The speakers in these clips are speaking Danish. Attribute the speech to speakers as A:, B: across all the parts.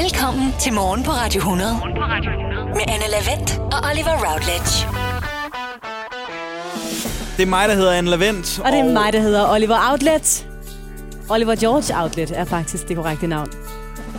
A: Velkommen til Morgen på Radio 100. Med Anne Lavendt og Oliver Routledge.
B: Det er mig, der hedder Anne Lavendt.
C: Og det er mig, der hedder Oliver Outlet. Oliver George Outlet er faktisk det korrekte navn.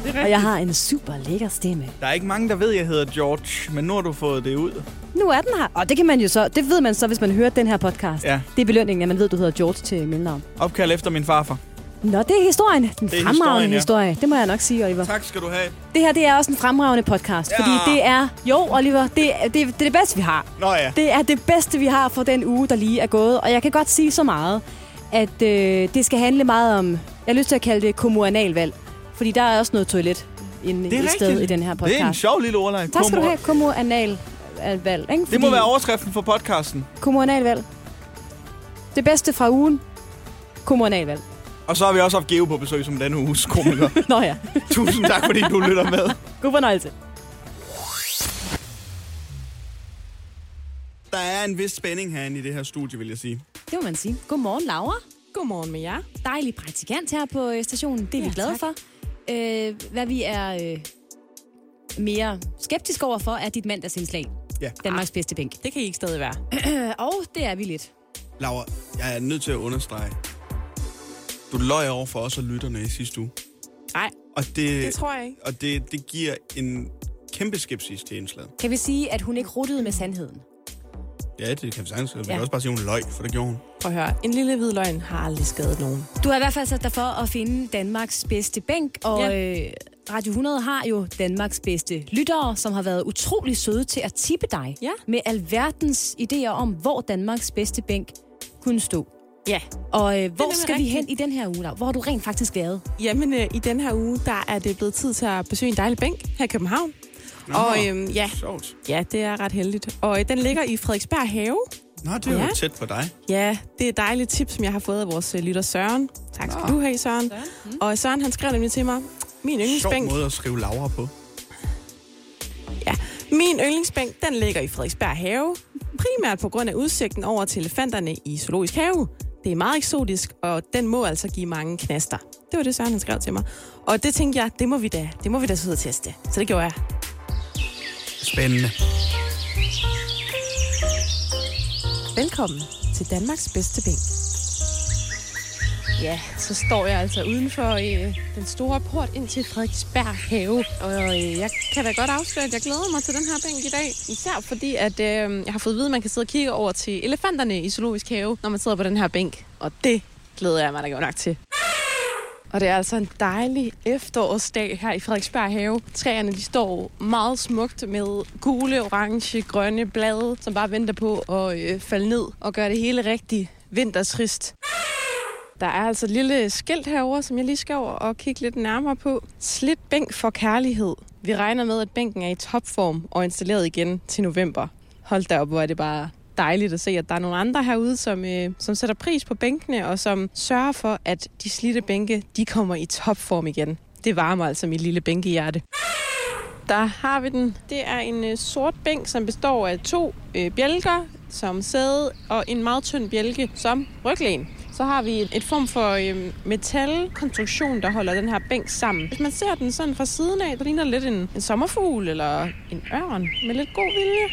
C: Det og jeg har en super lækker stemme.
B: Der er ikke mange, der ved, jeg hedder George, men nu har du fået det ud.
C: Nu er den her. Og det kan man jo så, det ved man så, hvis man hører den her podcast.
B: Ja.
C: Det er belønningen, at man ved, at du hedder George til mellemnavn.
B: Opkald efter min farfar.
C: Nå, det er historien. Den
B: Det er
C: fremragende
B: historien, ja.
C: historie. Det må jeg nok sige, Oliver.
B: Tak skal du have.
C: Det her, det er også en fremragende podcast.
B: Ja.
C: Fordi det er, jo Oliver, det, er- det, er- det er det bedste, vi har.
B: Nå ja.
C: Det er det bedste, vi har for den uge, der lige er gået. Og jeg kan godt sige så meget, at øh, det skal handle meget om... Jeg har lyst til at kalde det kommunalvalg. Fordi der er også noget toilet inde
B: det
C: i sted i den her podcast.
B: Det er en sjov lille ordleg.
C: Tak skal du
B: Kummer.
C: have, kommunalvalg. Ikke?
B: Det må være overskriften for podcasten.
C: Kommunalvalg. Det bedste fra ugen. Kommunalvalg.
B: Og så har vi også haft Geo på besøg som denne uges komiker.
C: Nå ja,
B: Tusind tak, fordi du lytter med.
C: god fornøjelse.
B: Der er en vis spænding herinde i det her studie, vil jeg sige.
C: Det må man sige. Godmorgen, Laura.
D: Godmorgen med jer.
C: Dejlig praktikant her på øh, stationen. Det er ja, vi
D: Ja,
C: glade
D: tak.
C: for. Øh, hvad vi er øh, mere skeptiske overfor, er dit mandagsindslag.
B: Ja.
C: Danmarks bedste bænk.
D: Det kan I ikke stadig være.
C: Øh, Ah. og det er vi lidt.
B: Laura, jeg er nødt til at understrege. Du løj over for os og lytterne i sidste uge.
D: Nej,
B: Og det,
D: det tror jeg ikke.
B: og det, det giver en kæmpe skepsis til indslaget.
C: Kan vi sige, at hun ikke ruttede med sandheden?
B: Ja, det kan vi sagtens. Vi
C: kan Ja. også
B: bare sige, hun løg, for det gjorde hun.
D: Prøv at høre. En lille hvid løgn har aldrig skadet nogen.
C: Du har i hvert fald sat dig for at finde Danmarks bedste bænk, og
D: Ja.
C: ja. øh, Radio 100 har jo Danmarks bedste lyttere, som har været utrolig søde til at tippe dig
D: Ja.
C: med alverdens idéer om, hvor Danmarks bedste bænk kunne stå.
D: Ja.
C: Og øh, hvor
D: nemlig
C: skal vi hen i
D: rigtigt.
C: den her uge, Lav? Hvor har du rent faktisk været?
D: Jamen, øh, i den her uge, der er det blevet tid til at besøge en dejlig bænk her i København.
B: Nå,
D: Og øhm, ja,
B: Sjovt.
D: ja, det er ret heldigt. Og øh, den ligger i Frederiksberg Have.
B: Nå, det er jo
D: Ja.
B: tæt på dig.
D: Ja, det er et dejligt tip, som jeg har fået af vores øh, lytter Søren. Tak skal du have, Søren. Mm. Og Søren, han skrev nemlig til mig, min
B: Sjov
D: yndlingsbænk,
B: måde at skrive Laura på.
D: ja, min yndlingsbænk, den ligger i Frederiksberg Have. Primært på grund af udsigten over til elefanterne i Zoologisk Have. Det er meget eksotisk, og den må altså give mange knaster. Det var det, Søren han skrev til mig. Og det tænkte jeg, det må vi da, det må vi da så ud og teste. Så det gjorde jeg.
B: Spændende.
D: Velkommen til Danmarks bedste bænk. Ja, så står jeg altså uden for øh, den store port ind til Frederiksberg Have. Og øh, jeg kan da godt afsløre, at jeg glæder mig til den her bænk i dag. Især fordi, at øh, jeg har fået at vide, at man kan sidde og kigge over til elefanterne i Zoologisk Have, når man sidder på den her bænk. Og det glæder jeg mig da godt nok til. Og det er altså en dejlig efterårsdag her i Frederiksberg Have. Træerne de står meget smukt med gule, orange, grønne blade, som bare venter på at øh, falde ned og gøre det hele rigtig vintertrist. Der er altså et lille skilt herover, som jeg lige skal over og kigge lidt nærmere på. Slidt bænk for kærlighed. Vi regner med, at bænken er i topform og installeret igen til november. Hold da op, hvor er det bare dejligt at se, at der er nogle andre herude, som, øh, som sætter pris på bænkene og som sørger for, at de slidte bænke, de kommer i topform igen. Det varmer altså mit lille bænkehjerte. Der har vi den. Det er en øh, sort bænk, som består af to øh, bjælker som sæde og en meget tynd bjælke som ryglæn. Så har vi et, et form for øh, metalkonstruktion, der holder den her bænk sammen. Hvis man ser den sådan fra siden af, der ligner det lidt en, en sommerfugl eller en ørn med lidt god vilje.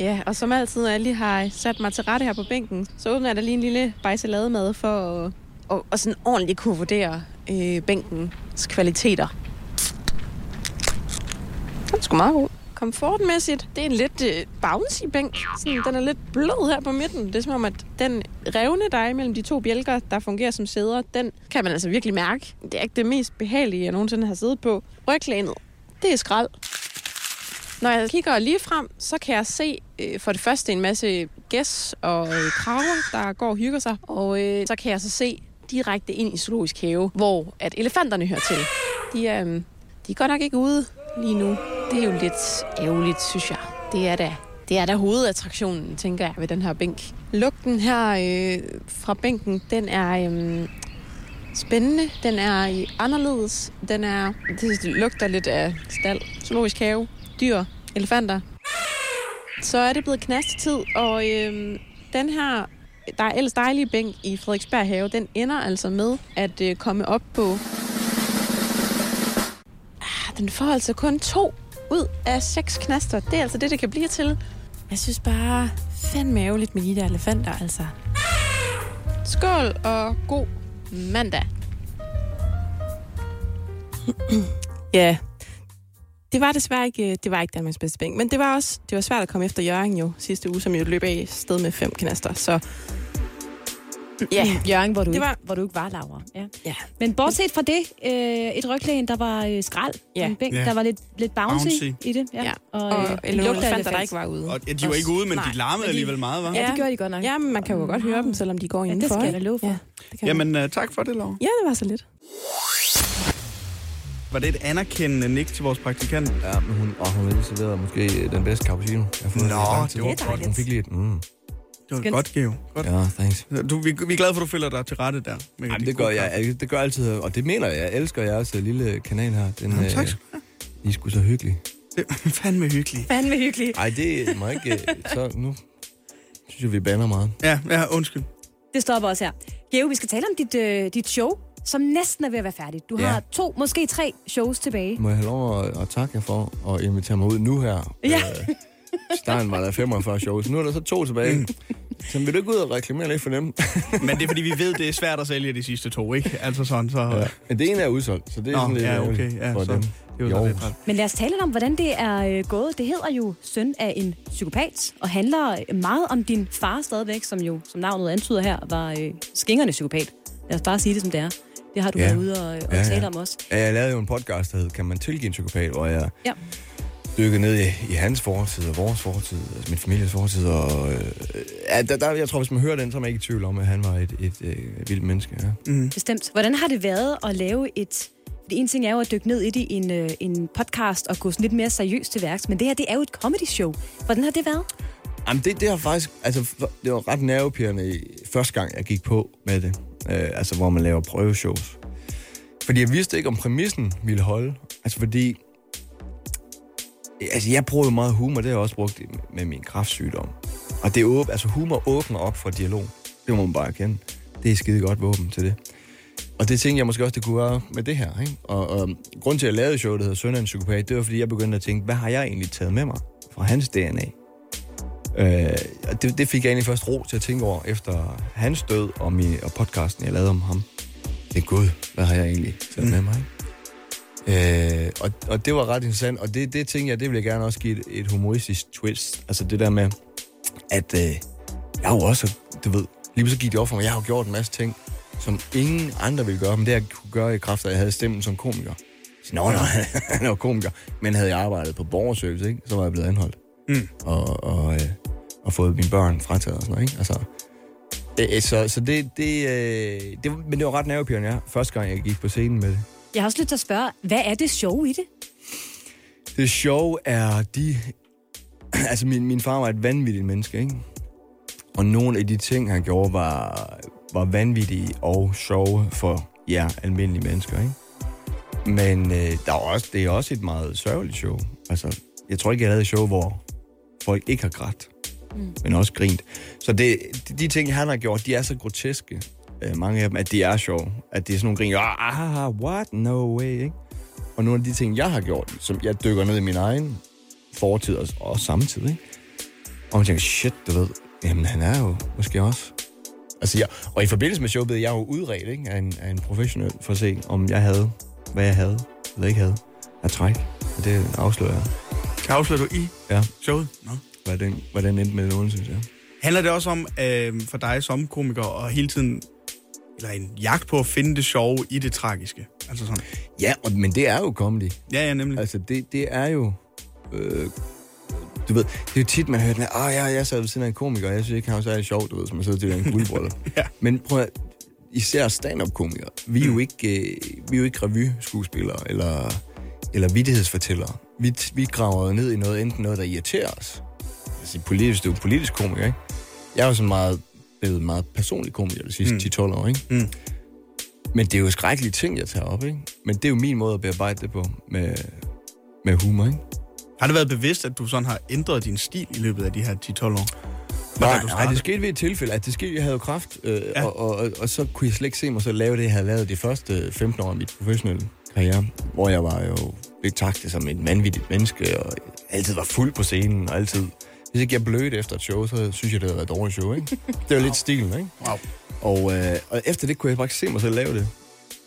D: Ja, og som altid, når jeg lige har sat mig til rette her på bænken, så åbner jeg da lige en lille bajselademad for at og, og sådan ordentligt kunne vurdere øh, bænkens kvaliteter. Den er sgu meget god. Komfortmæssigt, det er en lidt øh, bouncy bænk. Sådan, den er lidt blød her på midten. Det er som om, at den revne, der er imellem de to bjælker, der fungerer som sæder, den kan man altså virkelig mærke. Det er ikke det mest behagelige, jeg nogensinde har siddet på. Ryglænet, det er skrald. Når jeg kigger lige frem, så kan jeg se øh, for det første en masse gæs og øh, krager, der går og hygger sig. Og øh, så kan jeg så se direkte ind i zoologisk have, hvor at elefanterne hører til. De, er, øh, de er godt nok ikke ude lige nu. Det er jo lidt ærgerligt, synes jeg. Det er da, det er da hovedattraktionen, tænker jeg, ved den her bænk. Lugten her øh, fra bænken, den er... Øh, spændende. Den er i- anderledes. Den er... Det lugter lidt af stald. Zoologisk have. Dyr. Elefanter. Så er det blevet knastetid, og øhm, den her der er ellers dejlige bænk i Frederiksberg Have, den ender altså med at øh, komme op på... Ah, Den får altså kun to ud af seks knaster. Det er altså det, det kan blive til. Jeg synes bare, fandme ærgerligt med de der elefanter, altså. Skål og god mandag.
E: Ja. Det var desværre ikke, øh, det var ikke Danmarks bedste bænk, men det var også det var svært at komme efter Jørgen jo sidste uge, som jo løb af sted med fem knaster. Så ja,
C: Jørgen, hvor du,
E: Det
C: ikke,
E: var-
C: hvor du ikke var, Laura. Ja.
E: ja.
C: Men bortset fra det, øh, et ryglæn, der var øh, skrald.
E: Ja.
C: Ja. En bænk,
B: Ja.
C: ja. der var lidt, lidt bouncy,
B: Bouncy.
C: i det. Ja.
E: Ja.
C: ja. Og, øh,
E: Og
C: en
E: eller
C: lugt af
E: elefanter, der
C: elefant.
E: ikke var ude.
B: Og ja, de var ikke ude, men
E: Nej,
B: de larmede
E: men de-
B: alligevel meget, var?
C: Ja, det gjorde de godt nok.
E: Ja, men man kan jo godt høre dem, selvom de går
C: Ja,
E: indenfor.
C: det skal jeg
E: ikke?
C: da love for.
E: Ja, det kan man.
B: Jamen, øh, tak for det, Laura.
E: ja, det var så lidt.
B: Var det et anerkendende nik til vores praktikant?
F: Ja, men hun, og hun serverede måske den bedste cappuccino. Jeg har fået
B: Nå,
F: i lang tid.
B: det var
F: Hun
B: godt.
F: fik lige et, mm.
B: Det var
C: Skønt.
B: godt, Geo. Godt.
F: Ja, thanks.
B: Du, vi, vi er glade for, at du føler dig til rette der. Med
F: Jamen,
B: dit
F: det
B: gode
F: gør jeg,
B: kaffe.
F: al- det gør jeg altid, og det mener jeg. Jeg elsker jeres øh, lille kanal her. Den,
B: Jamen, tak
F: øh,
B: skal du
F: I er sgu så hyggelige.
B: have. Det er fandme hyggeligt.
C: Fandme hyggeligt.
F: Ej, det må ikke... øh, Så nu synes jeg, vi banner meget.
B: Ja, ja, undskyld.
C: Det stopper også her. Geo, vi skal tale om dit, øh, dit show, som næsten er ved at være færdigt. Du
F: Ja.
C: ja. har to, måske tre shows tilbage.
F: Må jeg have lov at, at takke jer for at invitere mig ud nu her?
C: Ja.
F: Øh, i starten var der 45 shows, nu er der så to
B: Mm.
F: tilbage. Så vil du ikke ud og reklamere lidt for dem?
B: Men det er, fordi vi ved, det er svært at sælge de sidste to, ikke? Altså sådan, så...
F: Ja. Men det ene er udsolgt, så det er
B: Nå,
F: sådan lidt
B: ja,
F: ærgerligt
B: okay, ja,
F: for
B: så-
F: dem.
B: Det var
F: Jo.
B: da lidt ret.
C: Men lad os tale lidt om, hvordan det er øh, gået. Det hedder jo Søn af en psykopat, og handler øh, meget om din far stadigvæk, som jo, som navnet antyder her, var øh, skingerne psykopat. Lad os bare sige det, som det er. Det har du
F: Ja.
C: ja. været ude og, og ja,
F: Ja, ja.
C: tale om også.
F: Ja, Jeg lavede jo en podcast, der hed Kan man tilgive en psykopat? Hvor jeg
C: Ja.
F: dykkede ned i, i hans fortid og vores fortid, altså min families fortid. Og, øh, ja, der, der, jeg tror, hvis man hører den, så er man ikke i tvivl om, at han var et, et, øh, vildt menneske. Ja.
C: Bestemt. Hvordan har det været at lave et... Det ene ting er jo at dykke ned i det i en, øh, en podcast og gå sådan lidt mere seriøst til værks, men det her, det er jo et comedy show. Hvordan har det været?
F: Jamen, det, det har faktisk... Altså, f- det var ret nervepirrende i- første gang, jeg gik på med det. Øh, altså, hvor man laver prøveshows. Fordi jeg vidste ikke, om præmissen ville holde. Altså, fordi... Altså, jeg bruger jo meget humor. Det har jeg også brugt i- med min kraftsygdom. Og det åb- altså, humor åbner op for dialog. Det må man bare erkende. Det er skide godt våben til det. Og det tænkte jeg måske også, det kunne være med det her. Ikke? Og, og grunden til, at jeg lavede showet, der hedder Søndag er en Psykopat, det var, fordi jeg begyndte at tænke, hvad har jeg egentlig taget med mig fra hans DNA? Øh, og det, det fik jeg egentlig først ro til at tænke over efter hans død og, min, og podcasten, jeg lavede om ham. Det er gud, hvad har jeg egentlig taget med mig? ikke? Øh, og, og det var ret interessant, og det, det tænkte jeg, det vil jeg gerne også give et, et humoristisk twist. Altså det der med, at øh, jeg har jo også, du ved, lige pludselig gik det op for mig, jeg har jo gjort en masse ting, som ingen andre ville gøre, men det jeg kunne gøre i kraft af, at jeg havde stemmen som komiker. Så, nå, nå, han er jo komiker. Men havde jeg arbejdet på borgerservice, ikke, så var jeg blevet anholdt og, og, øh, og fået mine børn frataget og sådan noget, ikke? Altså, øh, så, så det, det, øh, det, var- men det var ret nervepirrende, ja. Første gang, jeg gik på scenen med det.
C: Jeg har også lyst til at spørge, hvad er det show i det?
F: Det sjove er, de... altså, min, min far var et vanvittigt menneske, ikke? Og nogle af de ting, han gjorde, var, var vanvittige og sjove for jer almindelige mennesker, ikke? Men øh, der er også, det er også et meget sørgeligt show. Altså, jeg tror ikke, jeg lavede et show, hvor folk ikke har grædt, mm. men også grint. Så det, de, de ting, han har gjort, de er så groteske, øh, mange af dem, at de er sjove. At det er sådan nogle grin, ah, ah, ah, what, no way, ikke? Og nogle af de ting, jeg har gjort, som jeg dykker ned i min egen fortid og, og samtid, ikke? Og man tænker, shit, du ved, jamen han er jo måske også... Altså, jeg, og i forbindelse med showet blev jeg jo udredt ikke? Af, en, af en professionel for at se, om jeg havde, hvad jeg havde, eller ikke havde af træk. Og det afslører jeg,
B: Kan afsløre du i
F: Ja.
B: showet? Nå.
F: hvad den, hvad den endte med den onde, synes jeg.
B: Handler det også om, øh, for dig som komiker, og hele tiden, eller en jagt på at finde det sjove i det tragiske? Altså sådan.
F: Ja, og, men det er jo comedy.
B: Ja, ja, nemlig.
F: Altså, det, det er jo... Øh, du ved, det er jo tit, man hører den her, ah, ja, jeg sad ved siden af en komiker, og jeg synes ikke, han var særlig sjov, du ved, som man sidder til en guldbrølle.
B: Ja. Mm.
F: Men prøv at, især stand-up-komikere, vi er jo ikke, øh, vi er jo ikke revy-skuespillere, eller, eller vittighedsfortællere. Vi, t- vi graver ned i noget, enten noget, der irriterer os. Altså, politisk, du er jo politisk komiker, ikke? Jeg er jo sådan meget, blevet meget personlig komiker de sidste mm. 10-12 år, ikke?
B: Mm.
F: Men det er jo skrækkelige ting, jeg tager op, ikke? Men det er jo min måde at bearbejde det på med, med humor, ikke?
B: Har det været bevidst, at du sådan har ændret din stil i løbet af de her 10-12 år? Hvordan
F: Nej,
B: du
F: nej,
B: startede?
F: det skete ved et tilfælde. At det skete, jeg havde jo kraft, øh,
B: Ja.
F: ja. og, og, og, og så kunne jeg slet ikke se mig så lave det, jeg havde lavet de første 15 øh, år af mit professionelle karriere, hvor jeg var jo betragtet som et vanvittigt menneske, og altid var fuld på scenen, og altid... Hvis ikke jeg blødte efter et show, så synes jeg, det havde været et dårligt show, ikke? Det var lidt stilen, ikke?
B: Wow.
F: Og, øh, og efter det kunne jeg faktisk se mig selv lave det.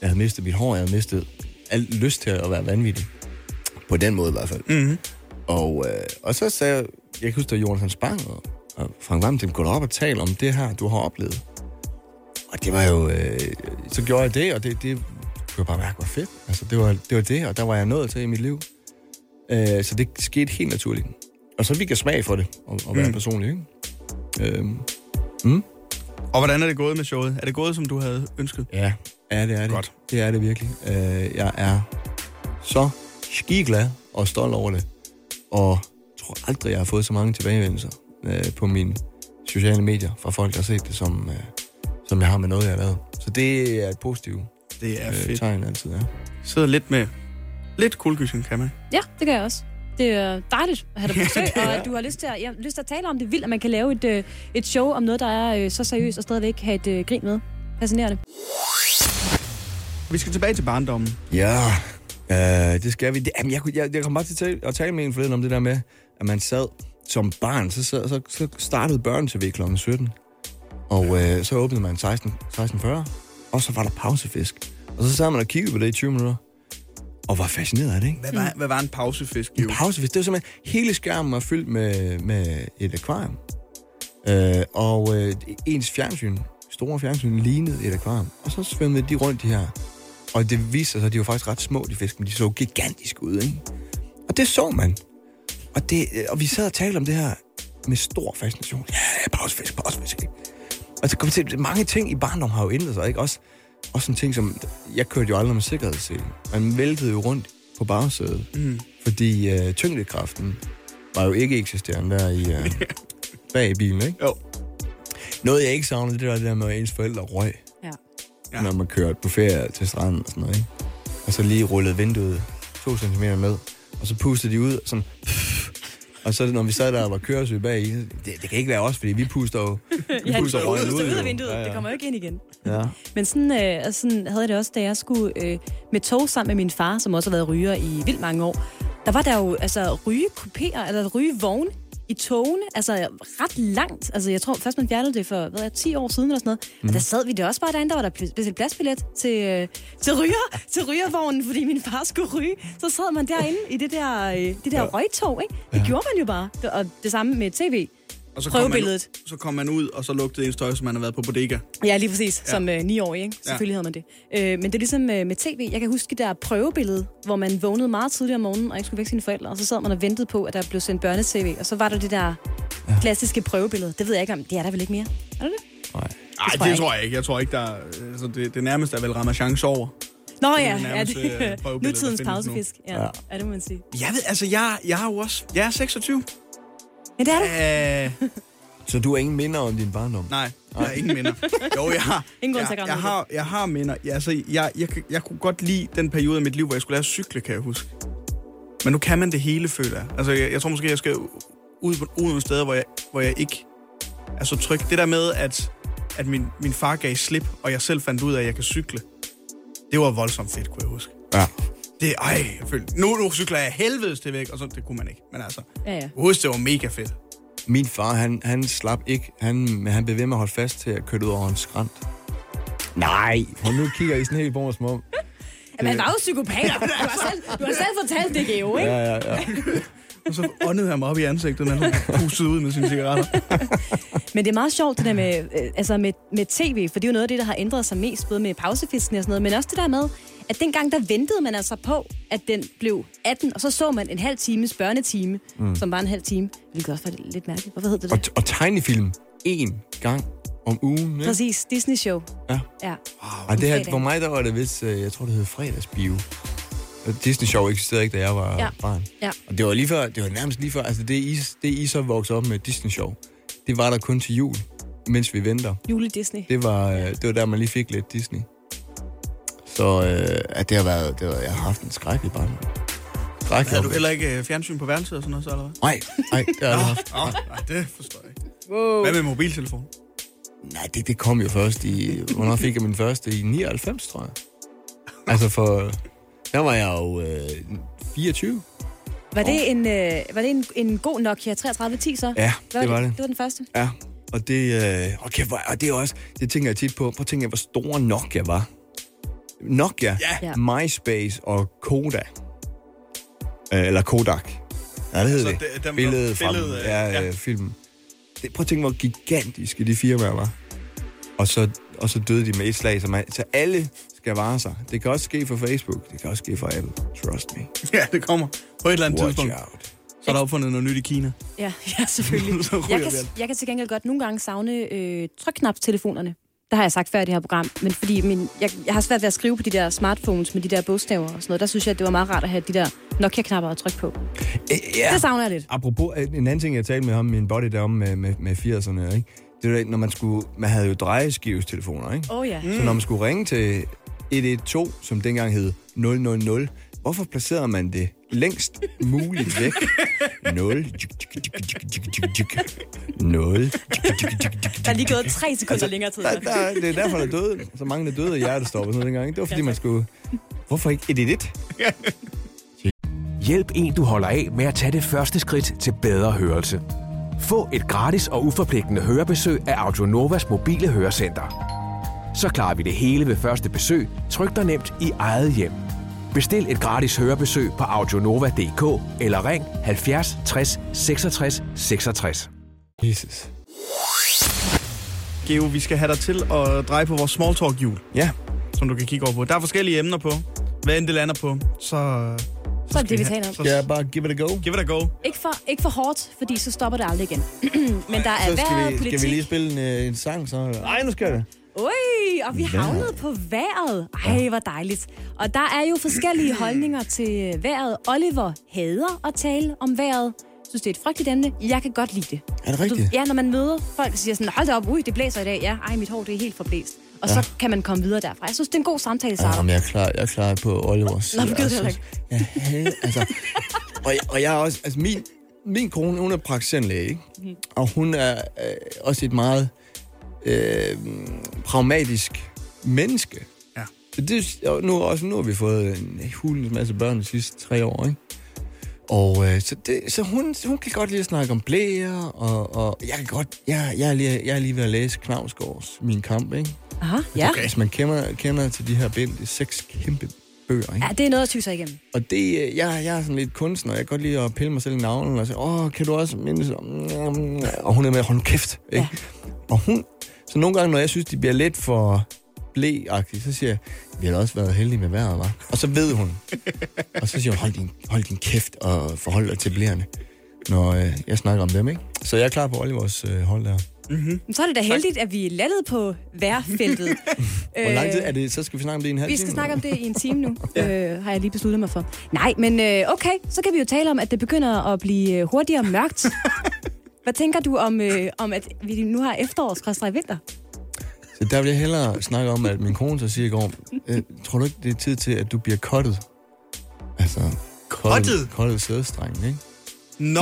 F: Jeg havde mistet mit hår, jeg havde mistet al lyst til at være vanvittig. På den måde i hvert fald.
B: Mm-hmm.
F: Og, øh, og så sagde jeg, jeg kan huske, det var Jonas Hans Bang og, og Frank Vam, dem gå op og tale om det her, du har oplevet. Og det var jo, øh, så gjorde jeg det, og det, det kunne jeg bare mærke var fedt. Altså, det var, det var det, og der var jeg nået til i mit liv. Øh, så det skete helt naturligt. Og så fik jeg smag for det, og, og være
B: Mm.
F: mm. personlig, ikke? Øh,
B: Og hvordan er det gået med showet? Er det gået, som du havde ønsket?
F: Ja, ja det er det.
B: Godt.
F: Det er det virkelig. Øh, jeg er så skiglad og stolt over det. Og tror aldrig, jeg har fået så mange tilbagevendelser øh, på mine sociale medier fra folk, der har set det, som, øh, som jeg har med noget, jeg har lavet. Så det er et positivt
B: Det er
F: øh,
B: fedt.
F: tegn altid, ja.
B: Sidder lidt med lidt kuldgysning, kan man.
C: Ja, det gør jeg også. Det er dejligt at have dig på besøg, og at du har lyst til at, jeg har lyst til at tale om det. Vildt, at man kan lave et, øh, et show om noget, der er øh, så seriøst og stadigvæk have et øh, grin med. Fascinerende.
B: Vi skal tilbage til barndommen.
F: Ja, øh, det skal vi. Det, jamen, jeg, kunne- jeg, jeg kom bare til at tale, at tale med en forleden om det der med, at man sad som barn, så, sad, så, så startede børn tv kl. 17, og øh, så åbnede man 16, 16.40, og så var der pausefisk. Og så sad man og kiggede på det i 20 minutter, og var fascineret af det, ikke?
B: Hvad
C: Mm.
B: var, hvad var en pausefisk?
F: En pausefisk, det var simpelthen, hele skærmen var fyldt med, med et akvarium. Øh, og øh, ens fjernsyn, store fjernsyn, lignede et akvarium. Og så svømmede de rundt, de her. Og det viste sig, at de var faktisk ret små, de fisk, men de så gigantiske ud, ikke? Og det så man. Og, det, øh, og vi sad og talte om det her med stor fascination. Ja, ja, pausefisk, pausefisk, ikke? Og så kom Altså, vi til, mange ting i barndommen har jo ændret sig, ikke? Også, også en ting som, jeg kørte jo aldrig med sikkerhedssele. Man væltede jo rundt på bagsædet, mm. fordi øh, tyngdekraften var jo ikke eksisterende der i, øh, bag i bilen, ikke?
B: Jo.
F: Noget, jeg ikke savnede, det var det der med, at ens forældre røg,
C: Ja.
B: Ja.
F: ja. når man kørte på ferie til stranden og sådan noget, ikke? Og så lige rullede vinduet to centimeter ned, og så pustede de ud, sådan... Og så når vi sad der og var køresyge bag i, det, det kan ikke være os, fordi vi puster jo... Vi puster
C: det
F: røgen ud,
C: ud af
F: jo.
C: vinduet. Det kommer jo ikke ind igen.
F: Ja.
C: Men sådan, øh, og sådan havde jeg det også, da jeg skulle øh, med tog sammen med min far, som også har været ryger i vildt mange år. Der var der jo altså rygekupéer, eller rygevogne i togene, altså ret langt. Altså jeg tror først, man fjernede det for, hvad er, 10 år siden eller sådan noget. Mm. Og der sad vi det også bare derinde, der var der pl- bestilt pladsbillet til, øh, til, ryger, til rygervognen, fordi min far skulle ryge. Så sad man derinde i det der, øh, det der ja. røgtog, ikke? Det ja. gjorde man jo bare. Det- Og det samme med tv.
B: Og så
C: Prøvebilledet.
B: Kom man, ud- så kom man ud, og så lugtede ens tøj, som man havde været på bodega.
C: Ja, lige præcis. Ja. Som øh, 9-årig, ikke? Selvfølgelig
B: Ja.
C: havde man det. Øh, men det er ligesom øh, med tv. Jeg kan huske det der prøvebillede, hvor man vågnede meget tidligere om morgenen, og ikke skulle vække sine forældre, og så sad man og ventede på, at der blev sendt børnetv, og så var der det der klassiske prøvebillede. Det ved jeg ikke om. Det er der vel ikke mere? Er det det?
F: Nej.
B: Nej,
C: tror
B: det
C: jeg
B: tror jeg ikke. Jeg tror ikke, der... Altså, det, det nærmeste er vel Ramachan sover.
C: Nå
B: Det er
C: ja,
B: det
C: ja
B: nærmeste, øh,
C: det,
B: prøvebillede, der
C: nutidens
B: findes nu.
C: pausefisk. Ja, ja.
F: Ja.
C: ja, det må man sige.
B: Jeg ved, altså, jeg, jeg er jo også... Jeg er 26.
C: Men det er du.
B: Æh,
F: Så du har ingen minder om din barndom?
B: Nej, jeg har ingen minder. Jo, jeg har.
C: Ingen grund til
B: jeg,
C: at grave
B: jeg,
C: ned i
B: har, jeg har minder. Jeg, altså, jeg, jeg, kan- jeg kunne godt lide den periode af mit liv, hvor jeg skulle lære at cykle, kan jeg huske. Men nu kan man det hele, føler jeg. Altså, jeg, jeg tror måske, jeg skal ud på ud nogle steder, hvor jeg, hvor jeg ikke er så tryg. Det der med, at, at min, min far gav slip, og jeg selv fandt ud af, at jeg kan cykle, det var voldsomt fedt, kunne jeg huske.
F: Ja.
B: Det, ej, jeg følte, nu, nu cykler jeg helvedes til væk, og så, det kunne man ikke. Men altså,
C: Ja, ja.
B: husk, det var mega fedt.
F: Min far, han, han slap ikke. Han, men han blev ved med at holde fast til at køre ud over en skrant. Nej. Og nu kigger I sådan helt på mig som om...
C: Jamen, han var jo psykopat. Du har selv, du har selv fortalt det, Geo, ikke?
F: Ja, ja, ja.
B: Og så åndede han mig op i ansigtet, mens han pustede ud med sine cigaretter.
C: Men det er meget sjovt, det der med, øh, altså med, med tv, for det er jo noget af det, der har ændret sig mest, både med pausefisken og sådan noget, men også det der med, at dengang der ventede man altså på, at den blev 18, og så så man en halv times børnetime, mm. som var en halv time. Hvilket også var lidt mærkeligt. Hvorfor hed det
F: Og,
C: det?
F: og tegnefilm én gang om ugen. Ikke?
C: Præcis, Disney Show.
F: Ja.
C: Ja.
F: Og det her,
C: fredagen.
F: for mig, der var det vist, øh, jeg tror, det hed fredagsbio. Og Disney Show eksisterede ikke, da jeg var
C: Ja.
F: ja. barn.
C: Ja.
F: Og det var, lige før, det var nærmest lige før, altså det I, det I så voksede op med Disney Show, det var der kun til jul, mens vi venter.
C: Jule Disney.
F: Det var, øh, det var der, man lige fik lidt Disney. Så øh, at det har været, det var, jeg har haft en skrækkelig barn. Skræk,
B: Havde du heller ikke øh, fjernsyn på værelset og sådan noget, så eller hvad?
F: Nej, nej, det har jeg aldrig haft.
B: Nå, nej, det forstår jeg ikke. Wow. Hvad med mobiltelefon?
F: Nej, det, det kom jo først i... Hvornår fik jeg min første? I 99, tror jeg. Altså for... Der var jeg jo øh, 24.
C: Var det, en, øh, var det en, en god Nokia 3310 så?
F: Ja,
C: Hvad
F: det var det.
C: Det var den første.
F: Ja, og det, øh, okay, hvor, og det er også, det tænker jeg tit på. Prøv at tænke, hvor stor Nokia var. Nokia,
C: Ja.
F: MySpace og Koda. Øh, eller Kodak. Ja, det hed
B: Altså,
F: det.
B: det- dem, der-
F: billedet fra
B: billedet,
F: billedet,
B: øh,
F: ja,
B: ja.
F: ja. filmen. Det, prøv at tænke, hvor gigantiske de firmaer var. Og så, og så døde de med et slag, så, man, så alle skal vare sig. Det kan også ske for Facebook, det kan også ske for Apple. Trust me.
B: Ja, det kommer. På et eller andet
F: Watch
B: tidspunkt,
F: out.
B: så er der opfundet noget nyt i Kina.
C: Ja, ja selvfølgelig.
B: Så ryger
C: jeg,
B: vi
C: kan,
B: alt.
C: jeg kan til gengæld godt nogle gange savne øh, trykknapstelefonerne. Det har jeg sagt før i det her program, men fordi min, jeg, jeg har svært ved at skrive på de der smartphones med de der bogstaver og sådan noget, der synes jeg, at det var meget rart at have de der Nokia-knapper at trykke på. Ja.
F: Øh, Ja.
C: Det savner jeg lidt.
F: Apropos, øh, en anden ting, jeg talte med ham, min buddy derom med, med, med 80'erne, ikke? det var, da, når man skulle, man havde jo drejeskivestelefoner, ikke?
C: Åh oh, ja.
F: Mm. Så når man skulle ringe til 112, som dengang hed 000, hvorfor placerede man det længst muligt væk? 0, 0,
C: Der er lige gået tre sekunder altså, længere tid.
F: der, der, det er derfor, der døde, så mange der døde af hjertestop og sådan noget dengang. ikke? Det var fordi, man skulle, hvorfor ikke 111?
G: Hjælp en, du holder af med at tage det første skridt til bedre hørelse. Få et gratis og uforpligtende hørebesøg af Audionovas mobile hørecenter. Så klarer vi det hele ved første besøg, tryk dig nemt i eget hjem. Bestil et gratis hørebesøg på audionova.dk eller ring 70 60 66 66.
F: Jesus.
B: Geo, vi skal have dig til at dreje på vores small talk hjul,
F: Ja,
B: som du kan kigge over på. Der er forskellige emner på. Hvad end det lander på, så...
C: Så er det det, vi
B: Ja,
C: taler om.
B: så-
F: ja, bare give it a go.
B: Give it a go.
C: Ikke for, ikke for hårdt, fordi så stopper det aldrig igen. Men der er
F: Så skal
C: vejr,
F: vi,
C: politik...
F: skal vi lige spille en, øh, en sang, så? Nej, nu skal det.
C: Ui, og vi havnede på vejret. Ej, hvor dejligt. Og der er jo forskellige holdninger til vejret. Oliver hader at tale om vejret. Synes, det er et frygteligt emne. Jeg kan godt lide det.
F: Er det rigtigt?
C: ja, når man møder folk, der siger sådan, hold da op, ui, det blæser i dag. Ja, ej, mit hår, det er helt forblæst. Og ja. så kan man komme videre derfra. Jeg synes, det er en god samtale, Sara.
F: Jamen, jeg er klar, jeg er klar på Olivers. side.
C: Nå, men det er
F: Jeg
C: det
F: synes- Jeg havde, altså... Og, jeg- og jeg er også... Altså, min, min kone, hun er praktiserende ikke?
C: Mhm.
F: Og hun er øh, også et meget øh, pragmatisk menneske.
B: Ja.
F: Så Det, og nu, også nu har vi fået en hulens masse børn de sidste tre år, ikke? Og øh, så, det, så hun, hun kan godt lide at snakke om blæer, og, og jeg kan godt... Jeg, jeg, er lige, jeg er lige ved at læse Knavsgaards Min Kamp, ikke?
C: Aha, ja.
F: Okay. Altså, Hvis man kender, kender til de her bind, det er seks kæmpe bøger, ikke?
C: ja. det er noget at tyse igennem.
F: Og det, øh, jeg, jeg er sådan lidt kunstner, jeg kan godt lide at pille mig selv i navlen og sige, åh, kan du også mindes om... Og hun er med, hold nu kæft, ikke? Ja. Og hun... Så nogle gange, når jeg synes, de bliver lidt for blæagtige, så siger jeg, vi har da også været heldige med vejret, var. Og så ved hun. og så siger hun, hold din, hold din kæft og forhold dig til blæerne, når øh, jeg snakker om dem, ikke? Så jeg er klar på Olivers øh, hold der.
C: Men så er det da heldigt, at vi landede på vejrfeltet.
F: Hvor lang tid er det? Så skal vi snakke om det i en
C: Øh,
F: halv
C: Vi
F: time,
C: skal
F: eller
C: snakke
F: hvad?
C: om det i en time nu, øh, har jeg lige besluttet mig for. Nej, men øh, okay, så kan vi jo tale om, at det begynder at blive øh, hurtigere mørkt. Hvad tænker du om, øh, om at vi nu har efterårs i vinter?
F: Så der vil jeg hellere snakke om, at min kone så siger i går, øh, tror du ikke, det er tid til, at du bliver kottet? Altså,
B: Cuttet?
F: Kottet sædestrengen, ikke?
B: Nå!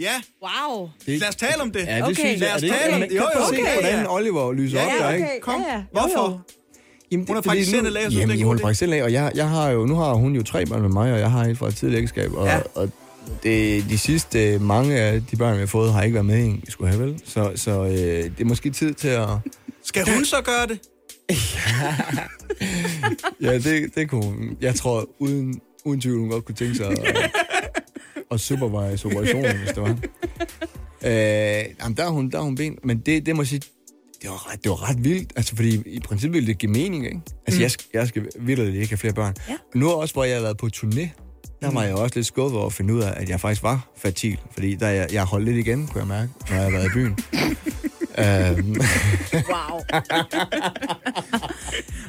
B: Ja,
C: Wow.
F: Det,
B: lad os tale om det.
F: Ja, det
C: Okay.
F: synes jeg.
B: Lad os
F: er det,
B: tale om
F: man
B: det.
F: Kan
B: Jo,
F: prøve
B: jo,
F: at se,
B: okay,
F: hvordan
B: ja.
F: Oliver lyser
B: Ja,
F: op
B: ja,
F: der, ikke?
C: okay.
B: Kom,
C: Ja, ja. Jo, jo.
B: hvorfor?
F: Jamen,
B: Hun er
F: fordi nu-
B: praktiserende læge, så det er
F: Jamen,
B: en
F: hun
B: god
F: er
B: idé.
F: praktiserende læge, og jeg, jeg har jo, nu har hun jo tre børn med mig, og jeg har et fra et tidligere ægteskab, og,
B: Ja.
F: ja. og det, de sidste øh, mange af de børn, vi har fået, har ikke været med i, en, vi skulle have vel. Så, så øh, det er måske tid til at...
B: Skal hun så gøre det?
F: Ja, det, det kunne hun. Jeg tror, uden, uden tvivl, hun godt kunne tænke sig at, at supervise operationen, hvis det var. Øh, jamen, der er hun, der er hun ben. Men det, det må jeg sige, det var, ret, det var ret vildt. Altså, fordi i princippet ville det give mening, ikke? Altså, mm. jeg, skal- jeg skal virkelig ikke have flere børn.
C: Ja.
F: Nu også, hvor jeg har været på turné, der var jeg også lidt skuffet over at finde ud af, at jeg faktisk var fertil. Fordi der, jeg, jeg holdt lidt igen, kunne jeg mærke, når jeg har været i byen. øhm,
C: Wow.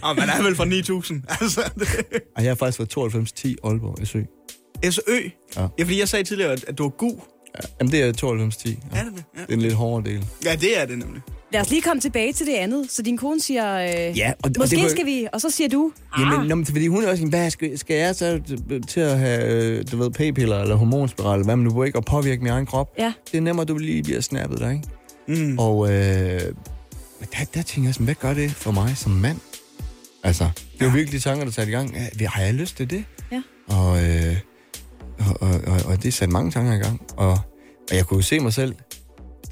B: Ah, man er vel fra 9000. Altså, det-
F: og jeg har faktisk været 92-10 Aalborg SØ.
B: SØ.
F: Ja.
B: Ja, fordi jeg sagde tidligere, at at du var gu.
F: Jamen, det er 92-10.
B: Er det det? Ja.
F: Det er en lidt hårdere del.
B: ja, det er det nemlig.
C: Lad os lige komme tilbage til det andet. Så din kone siger, øh,
F: Ja, og- og det
C: måske
F: kunne-
C: skal vi, og så siger du, "Ah."
F: Jamen, nå, men fordi hun er også sådan, hvad skal, skal jeg så t- til at have, øh, du ved, p-piller eller hormonspiral, eller hvad man nu bruger ikke, og påvirke min egen krop?
C: Ja.
F: Det er nemmere, at du lige bliver snappet der, ikke? Mm. Og øh, men der, der tænker jeg sådan, hvad gør det for mig som mand? Altså, Det er jo virkelig de tanker, der tager i gang. Ja, Har jeg lyst til det?
C: Ja.
F: Og, øh, og, og, og, og det satte mange tanker i gang. Og, og jeg kunne jo se mig selv,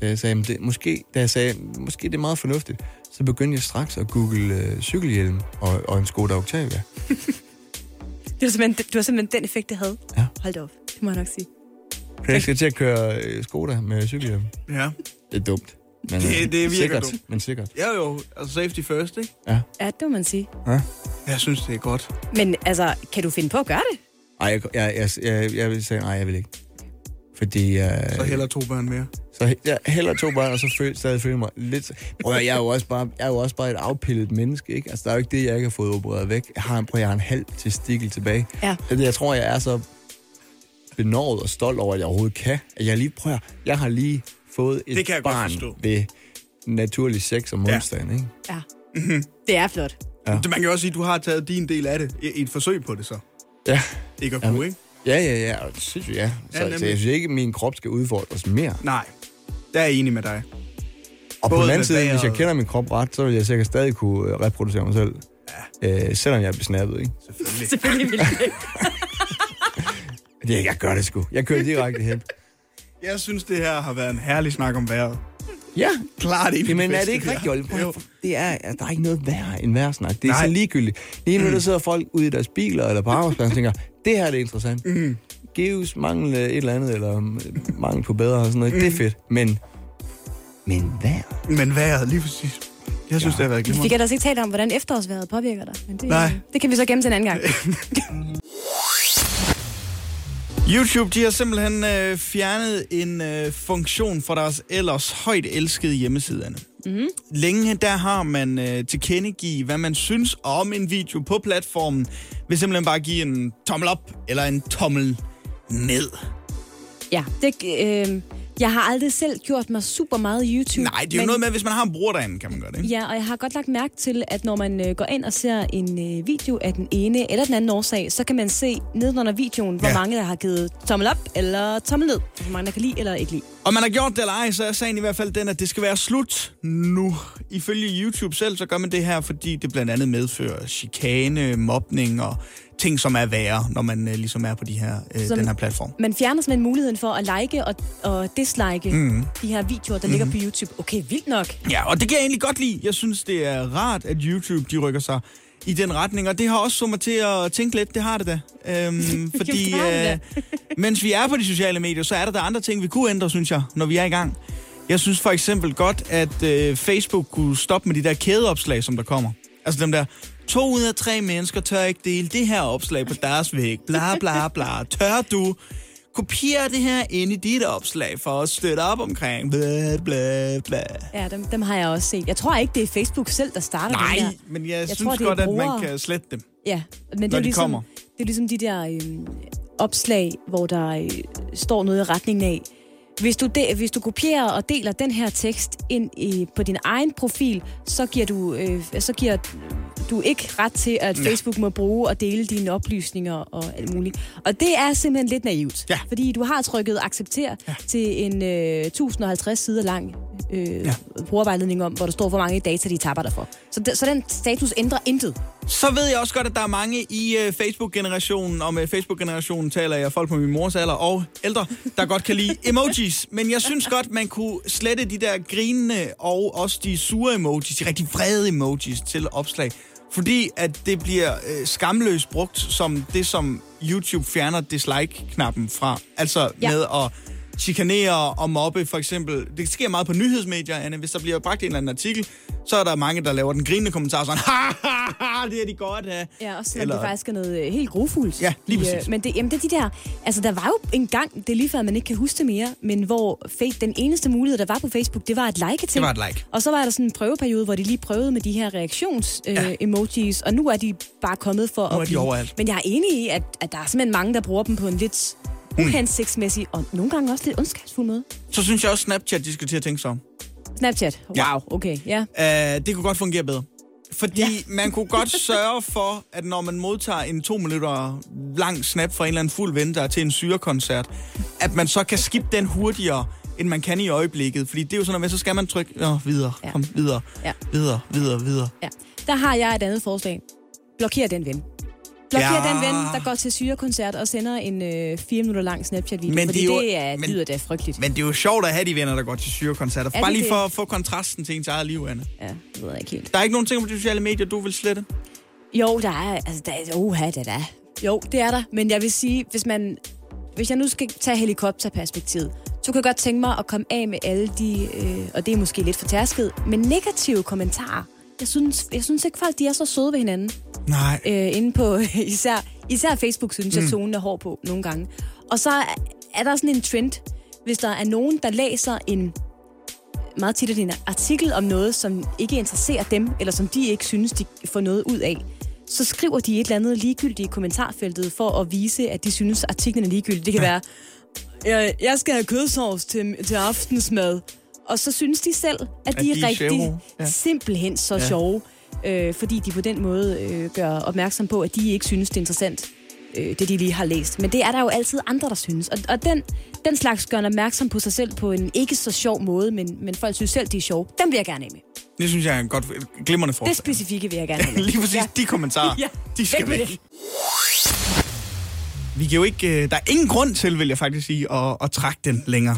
F: da jeg sagde, "Men det, måske, da jeg sagde, måske det er meget fornuftigt, så begyndte jeg straks at google øh, cykelhjelm og, og en Skoda Octavia.
C: Det var simpelthen, det var simpelthen den effekt, det havde.
F: Ja.
C: Hold da op. Det må jeg nok sige.
F: Så jeg skal til at køre øh, Skoda med cykelhjelm.
B: Ja.
F: Det er dumt. Men,
B: Det-
F: øh,
B: det virker
F: sikkert,
B: dumt.
F: Men sikkert.
B: Ja jo, altså safety first, ikke?
C: Ja, det må man sige.
B: Jeg synes, det er godt.
C: Men altså, kan du finde på at gøre det?
F: Ej, jeg, jeg, jeg, jeg, jeg vil sige, nej, jeg vil ikke. Fordi... Øh,
B: Så heller to børn mere.
F: Så he- jeg heller to børn, og så føl, stadig føler mig lidt... Prøv, at høre, jeg er, jo også bare, jeg er jo også bare et afpillet menneske, ikke? Altså, der er jo ikke det, jeg ikke har fået opereret væk. Jeg har en, prøv, at høre, jeg har en halv testikel tilbage.
C: Ja.
F: Altså, Jeg tror, jeg er så benovet og stolt over, at jeg overhovedet kan. At jeg lige prøver... Jeg har lige fået et
B: Det kan jeg godt
F: barn
B: forstå.
F: ved naturlig sex om onsdagen, ikke?
C: Ja.
F: Mhm.
C: Det er flot.
B: Ja. Man kan jo også sige, at du har taget din del af det i i et forsøg på det så.
F: Ja.
B: Ikke at
F: Ja,
B: kunne,
F: men-
B: ikke?
F: Ja, ja, ja. og Det synes jeg, ja. Så,
B: Ja,
F: ja,
B: nemlig.
F: så jeg synes ikke, at min krop skal udfordres mere.
B: Nej. Der er jeg enig med dig.
F: Og på
B: Både
F: den anden
B: med
F: side, hvis jeg
B: vejret-
F: kender min krop ret, så vil jeg sikkert stadig kunne øh, reproducere mig selv. Ja. Øh, selvom jeg bliver snappet, ikke?
B: Selvfølgelig.
C: Selvfølgelig vil det.
F: Ja, jeg gør det sgu. Jeg kører direkte hen.
B: Jeg synes, det her har været en herlig snak om vejret.
F: Ja.
B: Klart en af de
F: Jamen er
B: bedste,
F: det ikke
B: vi
F: rigtigt, Olli?
B: har.
F: Prøv at- Det er, altså, der er ikke noget værre end værre snak. Det er
B: Nej.
F: sådan ligegyldigt. Lige nu, der sidder folk ude i deres biler eller på arbejdspladsen og tænker, det her det er interessant. Mm. Geos mangel øh, et eller andet, eller øh, mangel på bedre og sådan noget. Det er fedt. Men, men vejr?
B: Jo. Men vejret, lige præcis. Jeg synes, ja. det har været
C: Vi fik
B: glimrende.
C: ellers ikke talt om, hvordan efterårsværet påvirker dig. Men det,
B: Nej.
C: det kan vi så gemme til en anden gang.
B: YouTube de har simpelthen øh, fjernet en øh, funktion fra deres ellers højt elskede hjemmesider. Mm-hmm. Længe der har man øh, tilkendegive, hvad man synes om en video på platformen, ved simpelthen bare at give en tommel op eller en tommel ned.
C: Ja, det, øh, jeg har aldrig selv gjort mig super meget i YouTube.
B: Nej, det er jo
C: men-
B: noget med, hvis man har en bruger derinde, kan man gøre det. Ikke?
C: Ja, og jeg har godt lagt mærke til, at når man øh, går ind og ser en øh, video af den ene eller den anden årsag, så kan man se nedenunder videoen, hvor
B: Ja.
C: ja. mange der har givet tommel op eller tommel ned. Hvor mange der kan lide eller ikke lide.
B: Og man har gjort det eller ej, så er sagen i hvert fald den, at det skal være slut nu. Ifølge YouTube selv, så gør man det her, fordi det blandt andet medfører chikane, mobning og ting, som er værre, når man øh, ligesom er på de her, øh,
C: Som-
B: den her platform.
C: Man fjerner simpelthen muligheden for at like og, og dislike mm. de her videoer, der mm. ligger
B: Mm-hmm.
C: på YouTube. Okay, vildt nok.
B: Ja, og det kan jeg egentlig godt lide. Jeg synes, det er rart, at YouTube de rykker sig i den retning, og det har også summet til at tænke lidt, det har det da. Øhm, fordi
C: det har det da.
B: øh, mens vi er på de sociale medier, så er der, der andre ting, vi kunne ændre, synes jeg, når vi er i gang. Jeg synes for eksempel godt, at øh, Facebook kunne stoppe med de der kædeopslag, som der kommer. Altså dem der, 203 mennesker tør ikke dele det her opslag på deres væg, bla bla bla, tør du? Kopier det her ind i dit opslag for at støtte op omkring, bla bla bla.
C: Ja, dem, dem har jeg også set. Jeg tror ikke, det er Facebook selv, der starter den
B: Nej,
C: her.
B: men jeg, jeg synes
C: tror,
B: tror,
C: det er
B: godt, at man
C: brugere.
B: kan slette dem.
C: Ja, men det
B: Når
C: er
B: de
C: jo ligesom,
B: kommer.
C: Det er ligesom de der øhm, opslag, hvor der øh, står noget i retningen af. Hvis du, de, hvis du kopierer og deler den her tekst ind i, på din egen profil, så giver du, øh, så giver du ikke ret til, at Facebook må bruge og dele dine oplysninger og alt muligt. Og det er simpelthen lidt naivt.
B: Ja.
C: Fordi du har trykket accepter ja. til en øh, 1050 sider lang øh, ja. brugervejledning om, hvor der står, hvor mange data de tapper dig for. Så, de, så den status ændrer intet.
B: Så ved jeg også godt, at der er mange i øh, Facebook-generationen, og med Facebook-generationen taler jeg folk på min mors alder og ældre, der godt kan lide emojis. Men jeg synes godt, man kunne slette de der grinende og også de sure emojis, de rigtig vrede emojis til opslag. Fordi at det bliver øh, skamløst brugt som det, som YouTube fjerner dislike-knappen fra. Altså ja.
C: Ja.
B: med at chikanere og mobbe, for eksempel. Det sker meget på nyhedsmedier, Anne. Hvis der bliver bragt en eller anden artikel, så er der mange, der laver den grinende kommentar sådan, ha, ha, ha, det er de godt have.
C: Ja, også selvom
B: Eller-
C: det faktisk er noget øh, helt grofuldt.
B: Ja, lige
C: I, øh,
B: præcis.
C: Men det, jamen, det er de der... Altså, der var jo en gang, det er lige før, man ikke kan huske det mere, men hvor fa- den eneste mulighed, der var på Facebook, det var et like til.
B: Det var et like.
C: Og så var der sådan en prøveperiode, hvor de lige prøvede med de her reaktions-emojis, øh, ja. og nu er de bare kommet for
B: er
C: at
B: de
C: blive.
B: overalt.
C: Men jeg er enig i, at, at der er simpelthen mange, der bruger dem på en lidt
B: Hmm.
C: uhensigtsmæssig, og nogle gange også lidt ondskabsfuld måde.
B: Så synes jeg også, Snapchat, de skal til at tænke sig om.
C: Snapchat. Wow,
B: Ja.
C: okay, ja.
B: Uh, det kunne godt fungere bedre. Fordi ja. man kunne godt sørge for, at når man modtager en to minutter lang snap fra en eller anden fuld ven, der er til en syrekoncert, at man så kan skippe den hurtigere, end man kan i øjeblikket. Fordi det er jo sådan noget med, så skal man trykke, Nå, videre, ja.
C: Ja.
B: kom, videre, ja.
C: Ja.
B: videre, videre, videre.
C: ja. Der har jeg et andet forslag. Blokér den ven. Blokér
B: Ja.
C: ja. den ven, der går til syrekoncert og sender en øh, fire minutter lang Snapchat-video.
B: Men
C: Men
B: det
C: fordi
B: er jo-
C: det, er,
B: men-
C: men, lyder da frygteligt.
B: Men det er jo sjovt at have de venner, der går til syrekoncerter.
C: Er
B: Bare
C: det
B: lige
C: det?
B: for at få kontrasten til ens eget liv, Anna.
C: Ja, det ved jeg ikke helt.
B: Der er ikke nogen ting på de sociale medier, du vil slette.
C: Jo, der er, altså, der er, uha, det er der. Jo, det er der. Men jeg vil sige, hvis man, hvis jeg nu skal tage helikopterperspektivet, så kunne jeg godt tænke mig at komme af med alle de, øh, og det er måske lidt for tærsket, men negative kommentarer. Jeg synes, jeg synes ikke folk, de er så søde ved hinanden.
B: Nej.
C: øh, inde på især, især Facebook, synes jeg, tonen er hård på nogle gange. Og så er- er der sådan en trend, hvis der er nogen, der læser en meget tit er det en artikel om noget, som ikke interesserer dem, eller som de ikke synes, de får noget ud af, så skriver de et eller andet ligegyldigt i kommentarfeltet for at vise, at de synes, artiklen er ligegyldig. Det kan være, jeg, jeg skal have kødsovs til, til aftensmad. Og så synes de selv, at de er,
B: de er sjove.
C: rigtig
B: Ja.
C: ja. simpelthen så ja. sjove, øh, fordi de på den måde øh, gør opmærksom på, at de ikke synes, det er interessant, øh, det de lige har læst. Men det er der jo altid andre, der synes. Og, og den, den slags gør en opmærksom på sig selv på en ikke så sjov måde, men, men folk synes selv, de er sjove. Dem vil jeg gerne af med.
B: Det synes jeg er en godt, et glimrende
C: Det
B: forslag.
C: specifikke vil jeg gerne af med.
B: Lige præcis ja.
C: Ja.
B: de kommentarer, ja.
C: Ja,
B: de skal
C: væk med
B: væk.
C: det.
B: Vi kan jo ikke, øh, der er ingen grund til, vil jeg faktisk sige, at, at trække den længere.